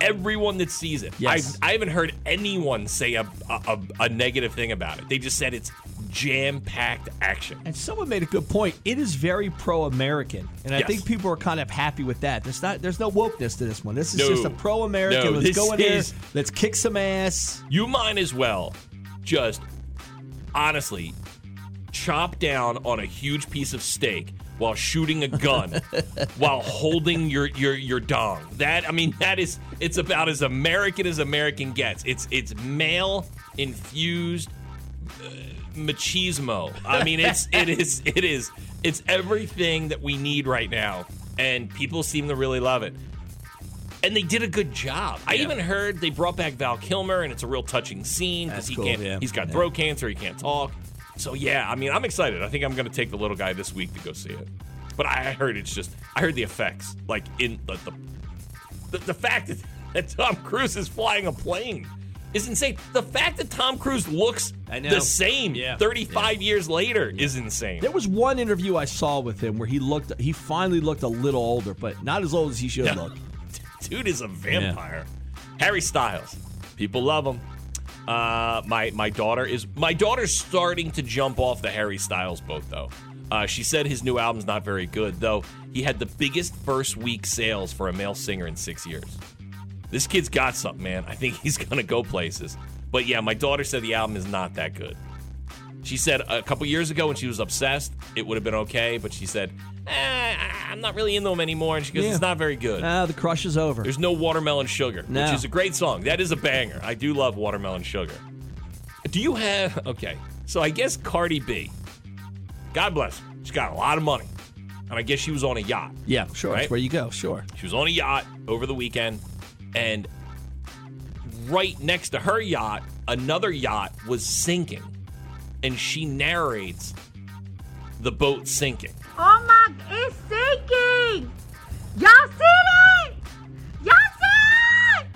S1: Everyone that sees it,
S2: Yes.
S1: I, I haven't heard anyone say a, a, a, a negative thing about it. They just said it's jam packed action.
S2: And someone made a good point. It is very pro-American, and I
S1: Yes.
S2: think people are kind of happy with that. There's not, there's no wokeness to this one. This is
S1: No.
S2: just a pro-American.
S1: No,
S2: let's
S1: this
S2: go in there.
S1: is-
S2: Let's kick some ass.
S1: You might as well just honestly chop down on a huge piece of steak while shooting a gun while holding your your your dong. That I mean that is it's about as American as American gets. It's it's male infused uh, machismo. I mean it's it is it is it's everything that we need right now and people seem to really love it and they did a good job. I even heard they brought back Val Kilmer, and it's a real touching scene because
S2: That's
S1: he
S2: cool,
S1: can't.
S2: yeah.
S1: He's got
S2: Yeah.
S1: throat cancer. He can't talk. So yeah, I mean, I'm excited. I think I'm going to take the little guy this week to go see it. But I heard it's just. I heard the effects, like in the the the, the fact that, that Tom Cruise is flying a plane is insane. The fact that Tom Cruise looks
S2: I know.
S1: the same
S2: Yeah.
S1: 35 years later is insane.
S2: There was one interview I saw with him where he looked, he finally looked a little older, but not as old as he should
S1: Yeah.
S2: look.
S1: Dude is a vampire. Harry Styles. People love him. Uh, my my daughter is my daughter's starting to jump off the Harry Styles boat though. Uh, she said his new album's not very good though. He had the biggest first week sales for a male singer in six years. This kid's got something, man. I think he's gonna go places. But yeah, my daughter said the album is not that good. She said a couple years ago when she was obsessed, it would have been okay. But she said, eh, I- I'm not really into him anymore. And she goes,
S2: Yeah.
S1: It's not very good.
S2: Ah, the crush is over.
S1: There's no watermelon sugar,
S2: No.
S1: which is a great song. That is a banger. I do love watermelon sugar. Do you have okay? So I guess Cardi B, God bless her, she's got a lot of money, and I guess she was on a yacht.
S2: yeah, sure. That's
S1: Right?
S2: where you go. Sure.
S1: She was on a yacht over the weekend, and right next to her yacht, another yacht was sinking, and she narrates the boat sinking.
S7: Oh my, it's sinking! Y'all see it? Y'all see it?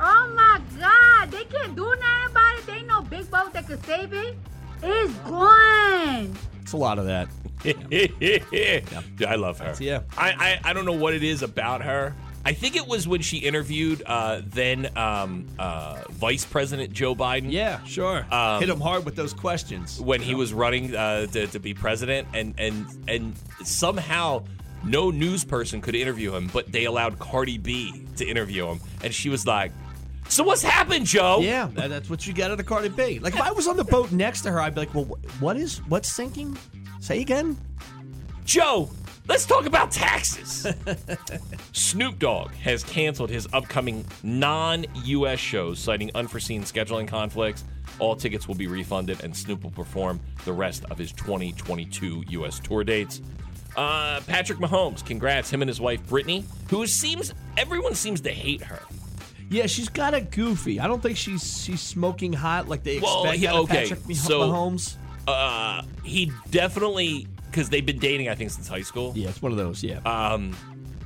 S7: Oh my God, they can't do nothing about it. They ain't no big boat that could save it. It's gone.
S2: It's a lot of that.
S1: Dude, I love her.
S2: yeah.
S1: I, I I don't know what it is about her. I think it was when she interviewed uh, then um, uh, Vice President Joe Biden.
S2: Yeah, sure.
S1: Um,
S2: Hit him hard with those questions.
S1: When he was running uh, to, to be president, and and and somehow no news person could interview him, but they allowed Cardi B to interview him, and she was like, "So what's happened, Joe?"
S2: Yeah, that- that's what you got out of Cardi B. Like if I was on the boat next to her, I'd be like, "Well, wh- what is what's sinking? Say again."
S1: Joe, let's talk about taxes. Snoop Dogg has canceled his upcoming non US shows, citing unforeseen scheduling conflicts. All tickets will be refunded, and Snoop will perform the rest of his 2022 US tour dates. Uh, Patrick Mahomes, congrats, him and his wife Brittany, who seems, everyone seems to hate her.
S2: Yeah, she's got a goofy. I don't think she's she's smoking hot like they
S1: Well,
S2: expect
S1: he-
S2: out of
S1: okay,
S2: Patrick Mah-
S1: so-
S2: Mahomes.
S1: Uh, he definitely, because they've been dating, I think, since high school.
S2: Yeah, it's one of those. Yeah,
S1: Uh,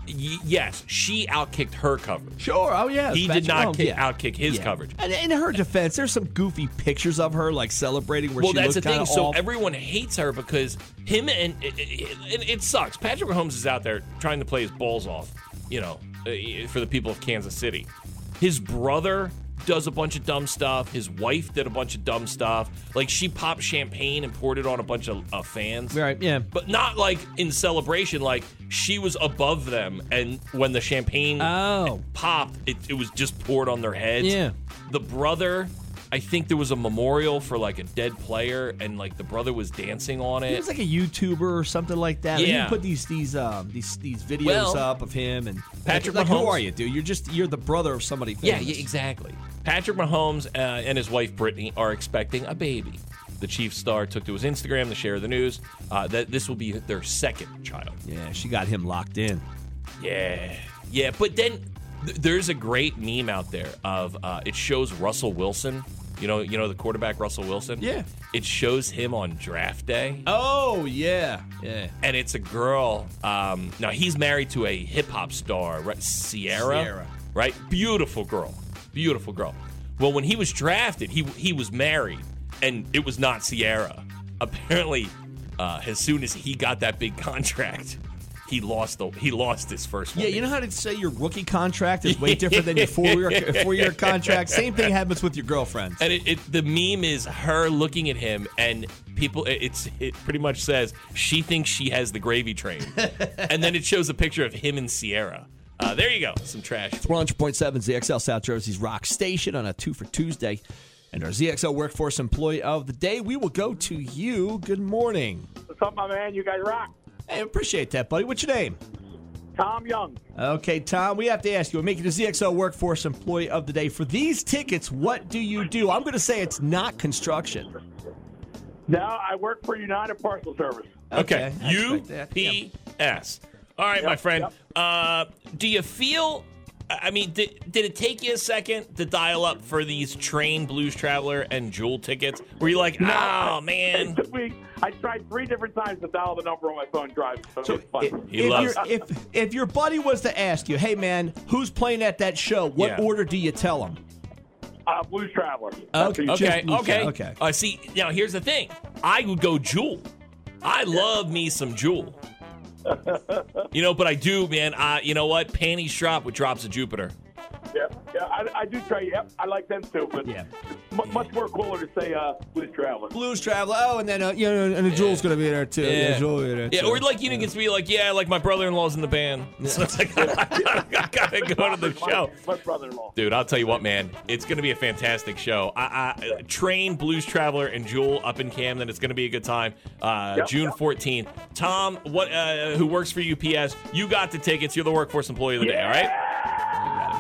S1: Y- yes, she outkicked her coverage.
S2: sure. Oh yeah,
S1: He
S2: Patrick
S1: did not
S2: Mahomes,
S1: kick,
S2: yeah.
S1: outkick his
S2: Yeah.
S1: coverage.
S2: And in her defense, there's some goofy pictures of her like celebrating where
S1: Well,
S2: she
S1: that's the
S2: looked
S1: thing.
S2: kinda
S1: So
S2: off.
S1: everyone hates her because him and it, it, it sucks. Patrick Mahomes is out there trying to play his balls off, you know, uh, for the people of Kansas City. His brother does a bunch of dumb stuff. His wife did a bunch of dumb stuff. Like she popped champagne and poured it on a bunch of uh, fans.
S2: right, yeah.
S1: But not like in celebration, like she was above them, and when the champagne
S2: Oh.
S1: popped, it, it was just poured on their heads.
S2: Yeah.
S1: The brother, I think there was a memorial for like a dead player, and like the brother was dancing on
S2: He
S1: it.
S2: was like a YouTuber or something like that.
S1: Yeah.
S2: He put these these um these these videos
S1: Well,
S2: up of him and
S1: Patrick
S2: like, Who
S1: Mahomes-
S2: are you, dude? You're just you're the brother of somebody.
S1: yeah,
S2: Famous.
S1: yeah, exactly. Patrick Mahomes uh, and his wife Brittany are expecting a baby. The chief star took to his Instagram to share the news uh, that this will be their second child.
S2: Yeah, she got him locked in.
S1: Yeah. Yeah, but then th- there's a great meme out there of uh, it shows Russell Wilson You know, you know the quarterback Russell Wilson.
S2: Yeah.
S1: it shows him on draft day,
S2: Oh yeah, yeah.
S1: and it's a girl. Um, now he's married to a hip hop star, right? Sierra,
S2: Sierra.
S1: right? Beautiful girl, beautiful girl. Well, when he was drafted, he he was married, and it was not Sierra. Apparently, uh, as soon as he got that big contract, he lost the he lost his first one.
S2: Yeah, you know how to say your rookie contract is way different than your four-year four-year contract. Same thing happens with your girlfriend.
S1: And it, it, the meme is her looking at him, and people. It, it's it pretty much says she thinks she has the gravy train, and then it shows a picture of him and Sierra. Uh, there you go, some trash.
S2: We're on 2.7 ZXL South Jersey's Rock Station on a two for Tuesday, and our ZXL Workforce Employee of the Day. We will go to you. Good morning.
S8: What's up, my man? You guys rock.
S2: Hey, appreciate that, buddy. What's your name?
S8: Tom Young.
S2: Okay, Tom, we have to ask you. We're making the ZXL Workforce Employee of the Day. For these tickets, what do you do? I'm going to say it's not construction.
S8: Now I work for United Parcel Service.
S1: Okay,
S2: I
S1: U
S2: expect that.
S1: P S. All right, my friend. Uh, do you feel? I I mean, did, did it take you a second to dial up for these train blues traveler and jewel tickets? Were you like, oh man?
S8: It took me. I tried three different times to dial the number on my phone driving. So,
S2: So
S8: it's fun.
S2: i-
S1: He
S2: if,
S1: loves
S2: your, if if your buddy was to ask you, hey man, who's playing at that show? What
S1: Yeah.
S2: order do you tell him?
S8: uh, Blues Traveler.
S2: Okay,
S8: That's
S1: Okay,
S2: Just blue
S1: okay,
S2: shell, okay.
S1: Uh, see, now here's the thing. I would go Jewel. I love me some Jewel. you know, but I do, man. I, you know what? Panties drop with drops of Jupiter.
S8: who- yeah, yeah. I, I do try. Yep, I like them too. But
S2: Yeah.
S8: mu- much more cooler to say uh, Blues Traveler.
S2: Blues traveler. Oh, and then uh, you know, and the Jewel's gonna be there too. Yeah, Jewel will be there
S1: Yeah,
S2: too.
S1: or like you can just be like, yeah, like my brother-in-law's in the band. So it's like, I gotta, I gotta go to the
S8: my,
S1: show.
S8: My brother-in-law.
S1: Dude, I'll tell you what, man. It's going to be a fantastic show. I, I uh, train Blues Traveler and Jewel up in Camden. It's going to be a good time. Uh,
S8: Yep,
S1: June
S8: yep.
S1: 14th. Tom, what uh, who works for UPS? You got the tickets. You're the workforce employee of the day. All right.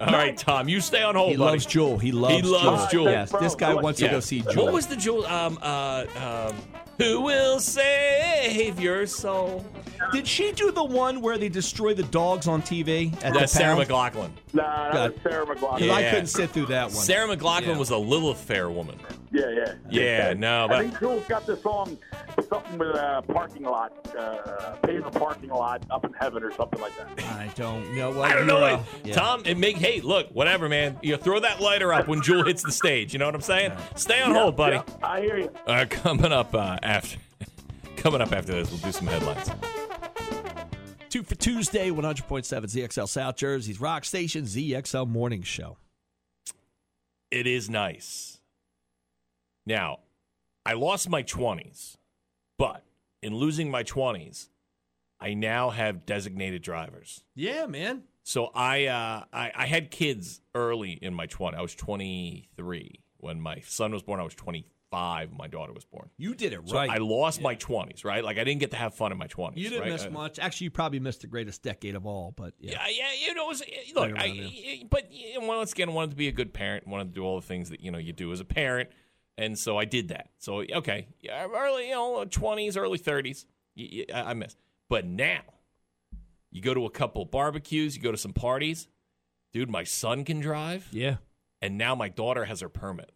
S1: All right, Tom. You stay on hold,
S2: He
S1: buddy.
S2: loves Jewel. He loves
S1: loves
S2: Jewel.
S1: Jewel.
S2: Yes, this guy wants
S1: Yeah.
S2: to go see Jewel.
S1: What was the Jewel? Um, uh, um, who will save your soul?
S2: Did she do the one where they destroy the dogs on TV at the
S1: That's Sarah
S2: pound?
S1: McLaughlin.
S8: Nah, that was
S2: God.
S8: Sarah McLaughlin.
S2: 'Cause I
S1: Yeah.
S2: couldn't sit through that one.
S1: Sarah McLaughlin was a little fair woman.
S8: Yeah, yeah.
S1: Yeah, no, but-
S8: I think Jules got this song, something with a parking lot, uh, pay the parking lot up in heaven or something like that.
S2: I don't know what.
S1: I
S2: you,
S1: don't know.
S2: uh,
S1: it.
S2: yeah.
S1: Tom, it make hey, look, whatever, man. You throw that lighter up when Jewel hits the stage. You know what I'm saying? Stay on hold, buddy.
S8: Yeah, I hear you.
S1: Uh, coming up uh, after, coming up after this, we'll do some headlines.
S2: Two for Tuesday, 100.7 ZXL South Jersey's Rock Station ZXL Morning Show.
S1: It is nice. Now, I lost my 20s, but in losing my 20s, I now have designated drivers.
S2: Yeah, man.
S1: So I, uh, I I had kids early in my 20s. I was 23 when my son was born. I was 25 when my daughter was born.
S2: You did it
S1: So
S2: right.
S1: I lost my 20s, right? Like I didn't get to have fun in my 20s.
S2: you didn't
S1: right?
S2: miss
S1: Uh,
S2: much. Actually, you probably missed the greatest decade of all. But yeah,
S1: Yeah, yeah, you know, it was, eh, look,
S2: around
S1: I,
S2: there.
S1: y- but you know, once again, I wanted to be a good parent, wanted to do all the things that you know you do as a parent, and so I did that. So okay, yeah, early, you know, 20s, early 30s, y- y- I I missed. But now, you go to a couple barbecues, you go to some parties, dude. My son can drive,
S2: yeah.
S1: and now my daughter has her permit.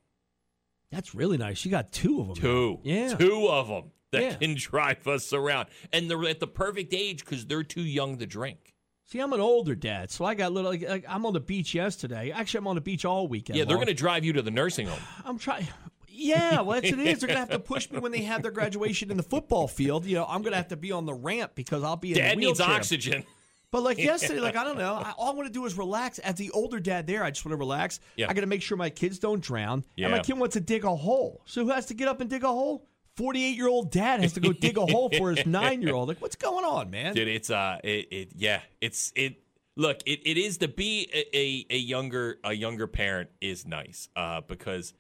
S2: That's really nice. She got two of them.
S1: Two.
S2: Yeah.
S1: Two of them that
S2: Yeah.
S1: can drive us around. And they're at the perfect age because they're too young to drink.
S2: See, I'm an older dad, so I got little. Like, like, I'm on the beach yesterday. Actually, I'm on the beach all weekend.
S1: Yeah, they're
S2: long.
S1: going to drive you to the nursing home.
S2: I'm trying. Yeah, well, that's what it is. They're gonna have to push me when they have their graduation in the football field. You know, I'm gonna have to be on the ramp because I'll be in
S1: Dad
S2: the
S1: needs
S2: wheelchair.
S1: oxygen.
S2: But like yesterday, like I don't know, I, all I want to do is relax. As the older dad, there, I just want to relax.
S1: Yeah.
S2: I got to make sure my kids don't drown, and my
S1: Yeah.
S2: kid wants to dig a hole. So who has to get up and dig a hole? Forty-eight-year-old dad has to go dig a hole for his nine-year-old. Like, what's going on, man?
S1: Dude, it's, uh, it, it yeah, it's, it, look, it, it is to be a, a, a younger, a younger parent is nice, uh, because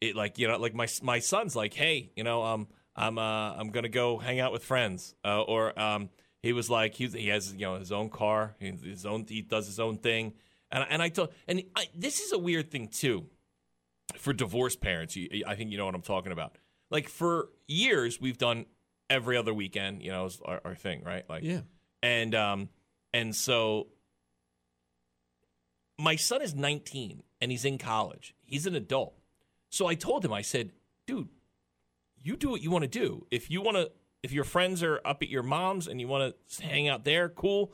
S1: it, like, you know, like my, my son's like, hey, you know, um, I'm, uh, I'm going to go hang out with friends, uh, or, um, he was like, he's, he has, you know, his own car, he- his own, he does his own thing. And, I- and I told, and I, this is a weird thing too. for divorced parents, you, I think you know what I'm talking about. Like for years, we've done every other weekend, you know, is our, our thing, right? Like,
S2: Yeah.
S1: and um, and so my son is 19 and he's in college. He's an adult, So I told him, I said, dude, you do what you want to do. If you want to, if your friends are up at your mom's and you want to hang out there, cool.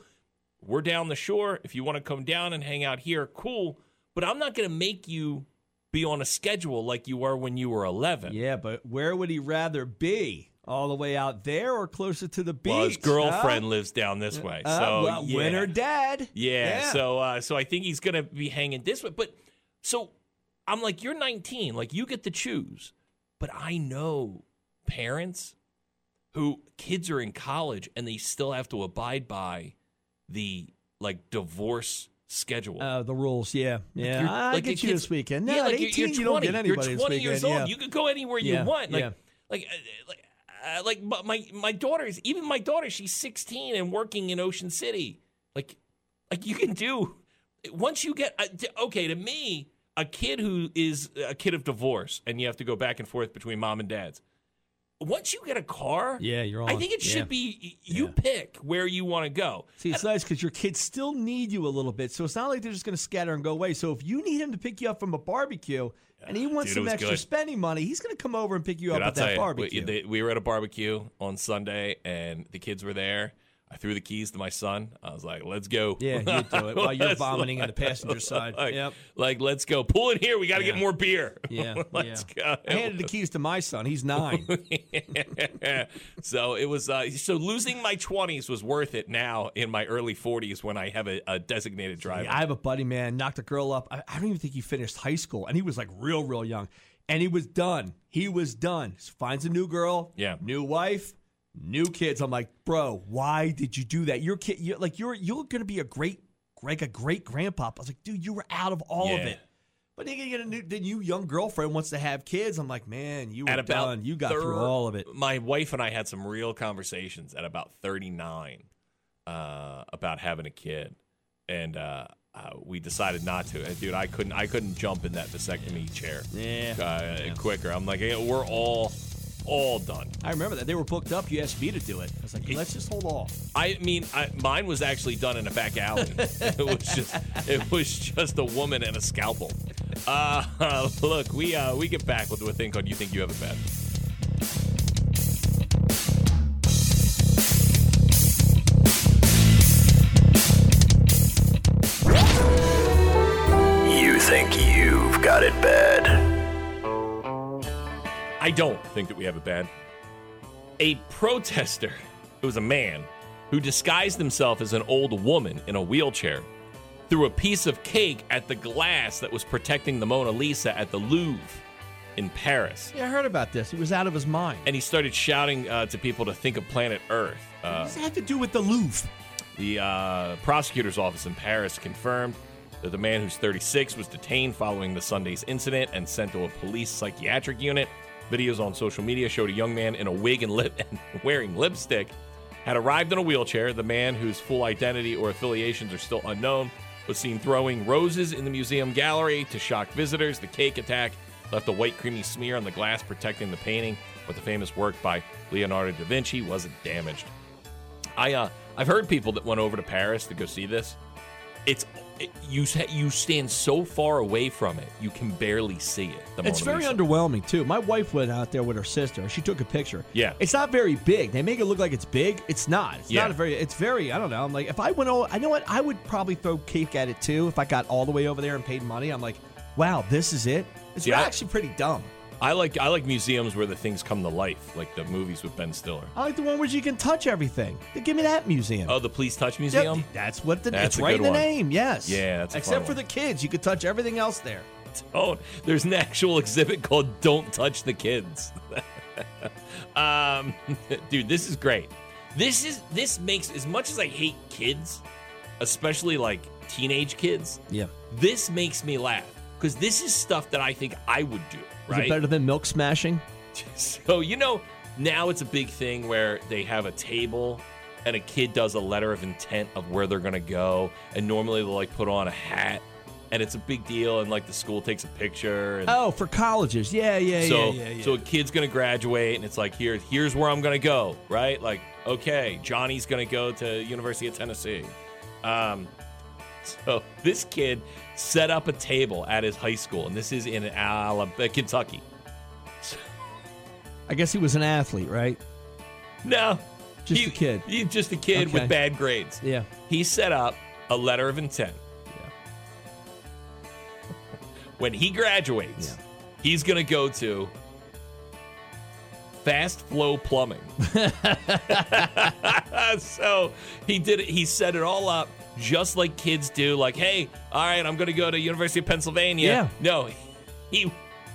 S1: We're down the shore. If you want to come down and hang out here, cool. But I'm not going to make you be on a schedule like you were when you were 11.
S2: Yeah, but where would he rather be? All the way out there or closer to the beach?
S1: Well, his girlfriend
S2: huh?
S1: lives down this way,
S2: Uh,
S1: so
S2: well,
S1: yeah.
S2: win or dead.
S1: Yeah. So uh, so I think he's gonna be hanging this way. But so I'm like, you're 19, like you get to choose. But I know parents who kids are in college and they still have to abide by the like divorce schedule.
S2: Uh, the rules, yeah, yeah.
S1: you're-
S2: I
S1: like the
S2: get you
S1: kids-
S2: this weekend. No,
S1: yeah,
S2: at
S1: like you're-
S2: eighteen,
S1: you're
S2: you don't get
S1: 20.
S2: anybody
S1: You're
S2: this
S1: 20
S2: weekend.
S1: years old.
S2: yeah.
S1: You can go anywhere you
S2: Yeah,
S1: want. Like,
S2: yeah.
S1: like, uh, like, uh, like, but my my daughter is even my daughter. She's 16 and working in Ocean City. Like, like you can do once you get uh, d- okay to me. A kid who is a kid of divorce, and you have to go back and forth between mom and dads. Once you get a car,
S2: Yeah, you're
S1: I
S2: on.
S1: think it
S2: Yeah.
S1: should be y- you pick where you want to go.
S2: See, it's nice because your kids still need you a little bit, so it's not like they're just going to scatter and go away. So if you need him to pick you up from a barbecue and he wants
S1: Ah, dude, it
S2: some
S1: was
S2: extra
S1: good.
S2: spending money, he's going to come over and pick you
S1: Dude,
S2: up
S1: I'll
S2: at
S1: tell
S2: that
S1: you,
S2: barbecue.
S1: We, they- we were at a barbecue on Sunday, and the kids were there. I threw the keys to my son. I was like, "Let's go!"
S2: Yeah, you do it while you're
S1: Let's
S2: vomiting in the
S1: like-
S2: passenger side.
S1: Like,
S2: Yep.
S1: like, let's go. Pull it here. We got to
S2: Yeah.
S1: get more beer.
S2: Yeah,
S1: let's Oh
S2: yeah. I handed the keys to my son. He's nine.
S1: go. so it was. Uh, so losing my twenties was worth it. Now in my early forties, when I have a, a designated driver.
S2: I have a buddy, man, knocked a girl up. I, I don't even think he finished high school, and he was like real, real young, and he was done. He was done. So finds a new girl,
S1: Yeah.
S2: new wife, new kids. I'm like, bro, why did you do that? Your kid, you're, like you're you're gonna be a great, like a great grandpa. I was like, dude, you were out of all of
S1: Yeah.
S2: it. But then you get a new, then you young girlfriend wants to have kids. I'm like, man, you were
S1: at about
S2: done. You got through
S1: thir-
S2: all of it.
S1: My wife and I had some real conversations at about 39 uh, about having a kid, and uh, uh, we decided not to. And dude, I couldn't, I couldn't jump in that vasectomy chair
S2: Yeah.
S1: Uh, quicker. I'm like, "Yeah, we're all, all done.
S2: I remember that they were booked up. You asked me to do it. I was like, let's just hold off.
S1: I mean, I, mine was actually done in a back alley. it was just, it was just a woman and a scalpel. Uh, look, we uh, we get back with a thing called "You Think You Have It Bad."
S9: You think you've got it bad.
S1: I don't think that we have it bad. A protester, it was a man, who disguised himself as an old woman in a wheelchair, threw a piece of cake at the glass that was protecting the Mona Lisa at the Louvre in Paris.
S2: Yeah, I heard about this. He was out of his mind.
S1: And he started shouting uh, to people to think of planet Earth. Uh,
S2: What does that have to do with the Louvre?
S1: the uh, prosecutor's office in Paris confirmed that the man who's 36 was detained following the Sunday's incident and sent to a police psychiatric unit. Videos on social media showed a young man in a wig and, lip- and wearing lipstick had arrived in a wheelchair. The man, whose full identity or affiliations are still unknown, was seen throwing roses in the museum gallery to shock visitors. The cake attack left a white, creamy smear on the glass protecting the painting, but the famous work by Leonardo da Vinci wasn't damaged. I uh, I've heard people that went over to Paris to go see this. It's it, you sa- you stand so far away from it, you can barely see it. The
S2: It's
S1: Mona
S2: very
S1: Lisa.
S2: underwhelming too. My wife went out there with her sister. She took a picture.
S1: Yeah.
S2: it's not very big. They make it look like it's big. It's not. It's
S1: Yeah.
S2: not a very. It's very. I don't know. I'm like, if I went, all, I know what. I would probably throw cake at it too. If I got all the way over there and paid money, I'm like, wow, this is it. It's
S1: Yeah.
S2: actually pretty dumb.
S1: I like I like museums where the things come to life, like the movies with Ben Stiller.
S2: I like the one where you can touch everything. Then Give me that museum.
S1: Oh, the Please
S2: Yep,
S1: Touch Museum.
S2: that's what the.
S1: That's
S2: it's
S1: a
S2: right
S1: good
S2: in the
S1: one.
S2: name. Yes.
S1: Yeah, that's a fun
S2: except for
S1: one.
S2: the kids, you could touch everything else there.
S1: Oh, there's an actual exhibit called "Don't Touch the Kids." um, dude, this is great. This is this makes as much as I hate kids, especially like teenage kids.
S2: Yeah.
S1: This makes me laugh because this is stuff that I think I would do.
S2: Is
S1: Right?
S2: it better than milk smashing?
S1: So you know, now it's a big thing where they have a table and a kid does a letter of intent of where they're gonna go, and normally they'll like put on a hat, and it's a big deal, and like the school takes a picture. And
S2: Oh, for colleges. Yeah, yeah,
S1: so
S2: yeah, yeah, yeah.
S1: so a kid's gonna graduate, and it's like here here's where I'm gonna go, right? Like okay, Johnny's gonna go to University of Tennessee. Um, So this kid set up a table at his high school, and this is in Alabama, Kentucky.
S2: I guess he was an athlete, right?
S1: No,
S2: Just
S1: he-
S2: a kid.
S1: He's just a kid
S2: Okay.
S1: with bad grades.
S2: Yeah.
S1: He set up a letter of intent. when he graduates, he's going to go to Fast Flow Plumbing. so he did it. He set it all up just like kids do. Like, hey, all right, I'm going to go to University of Pennsylvania.
S2: Yeah.
S1: No, he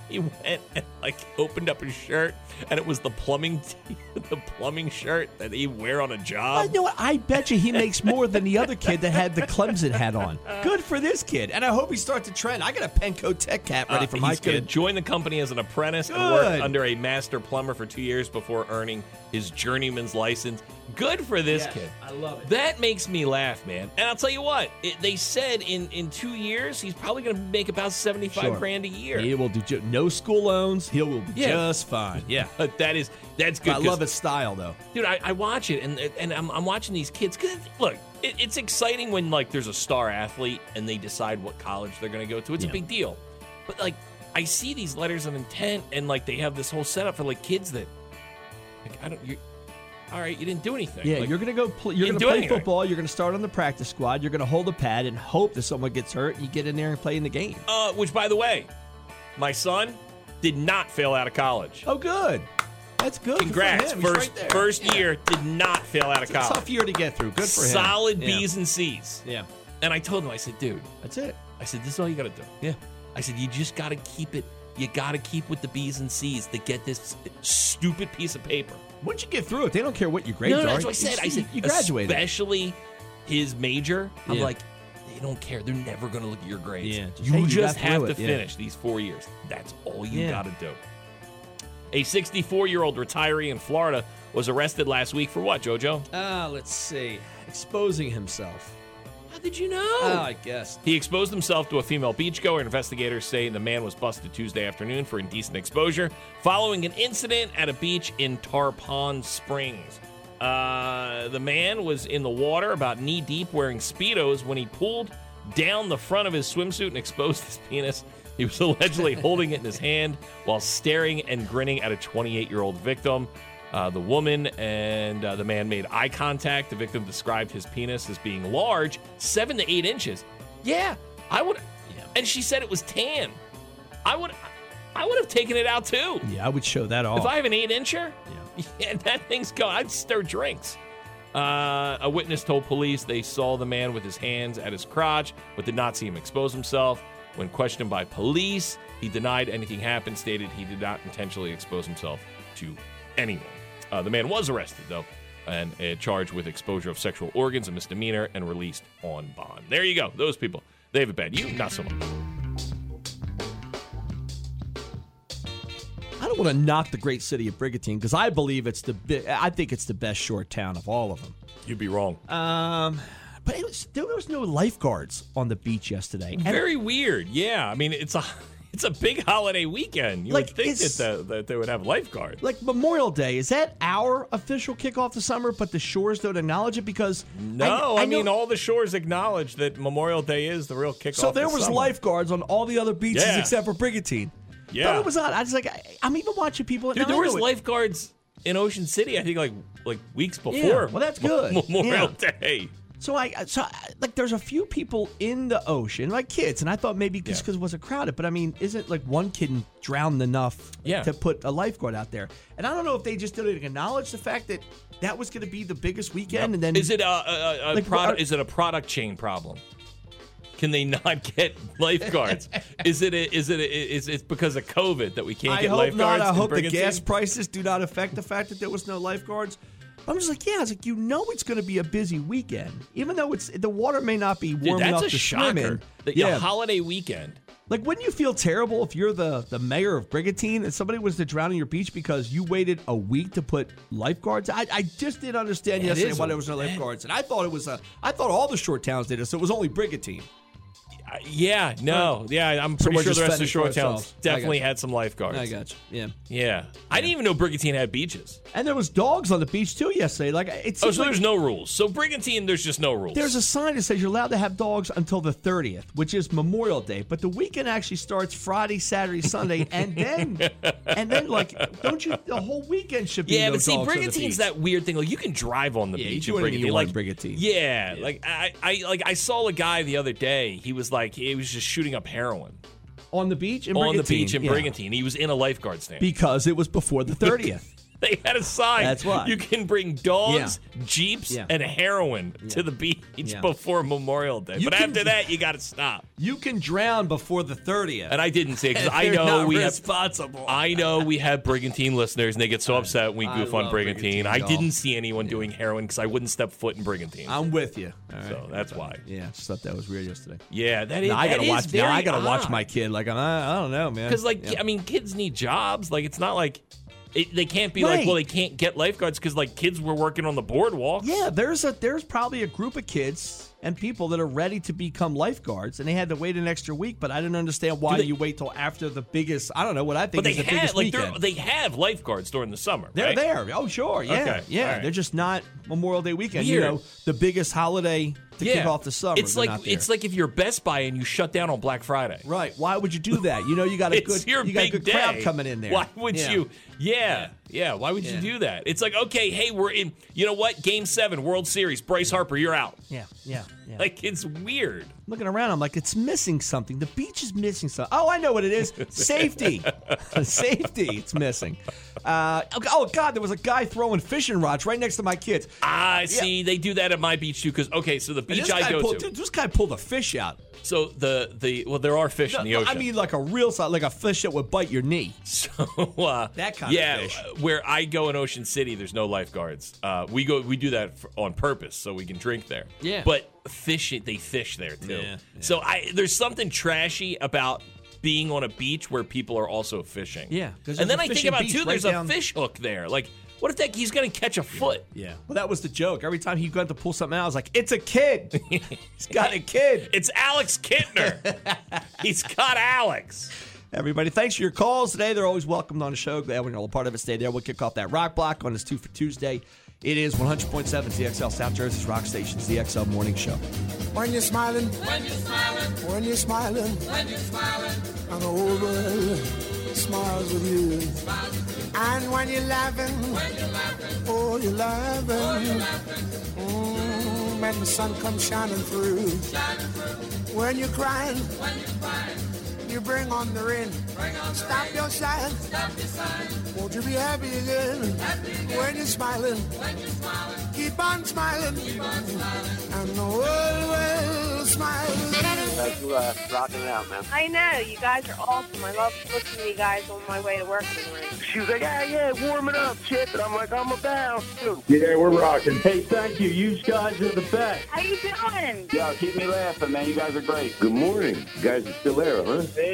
S1: he went and like opened up his shirt, and it was the plumbing the plumbing shirt that he wear on a job.
S2: Uh, You know what? I bet you he makes more than the other kid that had the Clemson hat on. Good for this kid, and I hope he starts a trend. I got a Penco Tech hat ready
S1: Uh,
S2: for my
S1: he's gonna
S2: kid.
S1: join the company as an apprentice and work
S2: Good.
S1: under a master plumber for two years before earning his journeyman's license. Good for this
S2: Yes,
S1: kid.
S2: I love it.
S1: That makes me laugh, man. And I'll tell you what, it, they said in in two years he's probably going to make about seventy five
S2: Sure.
S1: grand a year.
S2: He will do ju- no school loans. He will be
S1: Yeah.
S2: just fine. Yeah,
S1: But that is that's good.
S2: I
S1: 'cause-
S2: love his style though.
S1: dude. I, I watch it and and I'm, I'm watching these kids. Cause it's- look, it, it's exciting when like there's a star athlete and they decide what college they're going to go to. It's a big deal, but like I see these letters of intent and like they have this whole setup for like kids that like I don't. You, all right, you didn't do anything.
S2: Yeah,
S1: Like,
S2: you're gonna go. Pl- you're gonna
S1: didn't do
S2: play
S1: anything.
S2: football. You're gonna start on the practice squad. You're gonna hold a pad and hope that someone gets hurt. and You get in there and play in the game.
S1: Uh, which by the way, my son did not fail out of college.
S2: Oh, good. That's good. Good for
S1: Congrats,
S2: him. He's
S1: first
S2: right there.
S1: first
S2: Yeah.
S1: year did not fail out of
S2: It's a
S1: college.
S2: tough year to get through. Good for him.
S1: Solid
S2: Yeah.
S1: B's and C's.
S2: Yeah.
S1: And I told him, I said, dude,
S2: That's it.
S1: I said, this is all you got to do.
S2: Yeah.
S1: I said, you just got to keep it. You got to keep with the B's and C's to get this stupid piece of paper.
S2: Once you get through it, they don't care what your grades
S1: no,
S2: are.
S1: no, that's what I
S2: You
S1: said.
S2: just-
S1: I said,
S2: you graduated.
S1: Especially his major. I'm
S2: Yeah.
S1: like, they don't care. They're never going to look at your grades.
S2: Yeah, just-
S1: you
S2: Hey, you
S1: just
S2: got
S1: have
S2: through
S1: to
S2: it, yeah.
S1: finish these four years. That's all you
S2: Yeah.
S1: got to do. A 64 year old retiree in Florida was arrested last week for what, JoJo?
S2: Ah, let's see. Exposing himself.
S1: How did you know?
S2: Oh, I guess.
S1: He exposed himself to a female beachgoer. Investigators say the man was busted Tuesday afternoon for indecent exposure following an incident at a beach in Tarpon Springs. Uh, the man was in the water about knee deep wearing Speedos when he pulled down the front of his swimsuit and exposed his penis. He was allegedly holding it in his hand while staring and grinning at a 28 year old victim. Uh, the woman and uh, the man made eye contact. The victim described his penis as being large, seven to eight inches. Yeah, I would. And she said it was tan. I would, I would have taken it out too.
S2: Yeah, I would show that off.
S1: If I have an eight incher, Oh. yeah. that thing's gone. I'd stir drinks. Uh, a witness told police they saw the man with his hands at his crotch, but did not see him expose himself. When questioned by police, he denied anything happened, stated he did not intentionally expose himself to anyone. Uh, the man was arrested, though, and uh, charged with exposure of sexual organs, a misdemeanor, and released on bond. There you go. Those people, they have it bad. You, not so much.
S2: I don't want to knock the great city of Brigantine because I believe it's the bi- I think it's the best shore town of all of them.
S1: You'd be wrong.
S2: Um, but it was, there was no lifeguards on the beach yesterday. And
S1: Very weird. Yeah, I mean it's a it's a big holiday weekend. You
S2: Like,
S1: would think
S2: it's-
S1: that, the, that they would have lifeguards.
S2: like Memorial Day, is that our official kickoff to summer? But the shores don't acknowledge it because
S1: No, I, mean
S2: know-
S1: all the shores acknowledge that Memorial Day is the real kickoff.
S2: So there
S1: of
S2: was
S1: summer.
S2: lifeguards on all the other beaches
S1: Yeah.
S2: except for Brigantine.
S1: Yeah.
S2: but it was odd. I was like, I, I'm even watching people.
S1: Dude,
S2: now
S1: there
S2: I
S1: was
S2: know it-
S1: lifeguards in Ocean City. I think like like weeks before.
S2: well, that's good.
S1: Memorial
S2: Yeah.
S1: Day.
S2: So I uh, so I- like there's a few people in the ocean, like kids, and I thought maybe just
S1: Yeah.
S2: because it wasn't crowded, but I mean, isn't like one kid drowned enough
S1: Yeah.
S2: to put a lifeguard out there? And I don't know if they just didn't acknowledge the fact that that was going to be the biggest weekend, and then
S1: Is it a, a, a, a
S2: Like,
S1: product?
S2: are-
S1: is it a product chain problem? Can they not get lifeguards? is it a, is it a, is it's because of COVID that we can't
S2: I
S1: get
S2: hope
S1: lifeguards?
S2: not. I
S1: in
S2: hope the
S1: Brigantine?
S2: gas prices do not affect the fact that there was no lifeguards. I'm just like, yeah, it's like you know it's going to be a busy weekend, even though it's the water may not be warm
S1: Dude, that's
S2: enough
S1: a
S2: to swim
S1: shocker.
S2: in.
S1: The,
S2: yeah,
S1: holiday weekend.
S2: Like, wouldn't you feel terrible if you're the, the mayor of Brigantine and somebody was to drown in your beach because you waited a week to put lifeguards? I, I just didn't understand
S1: Yeah, it
S2: yesterday
S1: is
S2: why
S1: a-
S2: there was no lifeguards, and I thought it was a I thought all the short towns did it, so it was only Brigantine.
S1: I, yeah, no, yeah. I'm
S2: So
S1: pretty
S2: we're
S1: sure
S2: just
S1: the rest of
S2: fending for
S1: Short Town
S2: ourselves. I
S1: definitely
S2: gotcha.
S1: had some lifeguards.
S2: I gotcha. Yeah.
S1: Yeah. I didn't even know Brigantine had beaches.
S2: And there was dogs on the beach too yesterday. Like it's
S1: Oh, so there's no rules. So Brigantine, there's just no rules.
S2: There's a sign that says you're allowed to have dogs until the 30th, which is Memorial Day. But the weekend actually starts Friday, Saturday, Sunday, and then and then like don't you the whole weekend should be
S1: yeah,
S2: no
S1: but see,
S2: dogs on the
S1: Brigantine's
S2: beach.
S1: that weird thing. Like you can drive on the
S2: Yeah, you
S1: beach
S2: do
S1: in
S2: anything you
S1: Brigantine.
S2: want
S1: Like
S2: in Brigantine.
S1: Yeah, like I, I, like I saw a guy the other day. He was like, he was just shooting up heroin
S2: on the beach in
S1: on the
S2: Brigantine,
S1: beach in
S2: yeah.
S1: Brigantine. He was in a lifeguard stand.
S2: because it was before the 30th.
S1: they had a sign.
S2: That's why.
S1: you can bring dogs, jeeps, and heroin to the beach
S2: Yeah.
S1: before Memorial Day.
S2: You
S1: but
S2: can-
S1: after that, you got to stop.
S2: you can drown before the 30th.
S1: And I didn't say because I
S2: They're
S1: know
S2: not
S1: we have
S2: responsible.
S1: I know we have brigantine listeners, and they get so upset when we
S2: I
S1: goof on
S2: love
S1: brigantine.
S2: Brigantine,
S1: I
S2: y'all.
S1: didn't see anyone doing heroin because I wouldn't step foot in brigantine.
S2: I'm with you.
S1: So that's why.
S2: Yeah, just thought that was weird yesterday.
S1: Yeah, that is.
S2: Now I gotta
S1: that is
S2: watch. now
S1: very
S2: I gotta watch
S1: odd.
S2: my kid. Like I, I don't know, man.
S1: Because like
S2: Yeah.
S1: I mean, kids need jobs. Like it's not like it, they can't be like
S2: Right.
S1: well they can't get lifeguards because like kids were working on the boardwalk.
S2: Yeah, there's a there's probably a group of kids and people that are ready to become lifeguards, and they had to wait an extra week. But I didn't understand why
S1: Do they-
S2: you wait till after the biggest. I don't know what I think
S1: But they
S2: is the
S1: had
S2: biggest
S1: like they're-
S2: weekend.
S1: they have lifeguards during the summer.
S2: They're
S1: right?
S2: there. Oh, sure. Yeah.
S1: Okay,
S2: Yeah.
S1: all right.
S2: They're just not Memorial Day weekend. You
S1: Weird.
S2: know, the biggest holiday to kick off the summer.
S1: It's
S2: They're
S1: like
S2: not there.
S1: it's like if you're Best Buy and you shut down on Black Friday.
S2: Right. Why would you do that? You know, you got a
S1: it's
S2: good
S1: your
S2: you got a
S1: big
S2: good
S1: day.
S2: crowd coming in there.
S1: Why would
S2: Yeah.
S1: you? Yeah, yeah. Why would
S2: Yeah.
S1: you do that? It's like okay, hey, we're in. You know what? Game seven, World Series. Bryce Harper, you're out.
S2: Yeah. Yeah. Yeah.
S1: Like it's weird.
S2: Looking around, I'm like, it's missing something. The beach is missing something. Oh, I know what it is. Safety. Safety. It's missing. Uh, okay, oh, God, there was a guy throwing fishing rods right next to my kids.
S1: I see. They do that at my beach too. Because okay, so the
S2: And
S1: beach
S2: this guy
S1: I go
S2: pulled,
S1: to.
S2: dude, this guy pulled a fish out.
S1: So the the well, there are fish in the
S2: No,
S1: ocean.
S2: I mean, like a real size, like a fish that would bite your knee.
S1: So uh,
S2: That kind of
S1: yeah,
S2: fish.
S1: uh, where I go in Ocean City, there's no lifeguards. Uh, we go, we do that for, on purpose so we can drink there.
S2: Yeah.
S1: but fishing, they fish there too.
S2: Yeah,
S1: So I, there's something trashy about being on a beach where people are also fishing.
S2: Yeah, 'cause there's
S1: and then
S2: a
S1: I think
S2: fishing
S1: about
S2: beach
S1: too.
S2: right
S1: There's
S2: down-
S1: a fish hook there. Like, what if that he's gonna catch a foot?
S2: Yeah. Well, that was the joke. Every time he went to pull something out, I was like, it's a kid. He's got a kid.
S1: It's Alex Kittner. he's got Alex.
S2: Everybody, thanks for your calls today. They're always welcomed on the show. Glad when you're all a part of it. Stay there. We'll kick off that rock block on this two for Tuesday. It is 100.7 ZXL South Jersey's Rock Station ZXL Morning Show.
S10: When you're smiling, when you're smiling, when you're smiling, when you're smiling, and the whole world smiles with you. And when you're laughing, when you're laughing, oh, you're laughing. Mm, when the sun comes shining through. When you're crying, when you're crying, you bring on the rain. Stop your sighing. Stop your sighing. Won't you be happy again? When you're smiling, when you're smiling, keep on smiling. Keep on smiling. And the world will smile.
S11: Guys, you uh, rocking it out, man.
S12: I know, you guys are awesome. I love listening to you guys on my way to work in the morning.
S11: She was like, yeah, yeah, warming up, shit. And I'm like, I'm about to.
S8: Yeah, we're rocking. Hey, thank you. You guys are the best.
S12: How you doing?
S8: Yo, keep me laughing, man. You guys are great.
S13: Good morning. You guys are still there, huh?
S11: There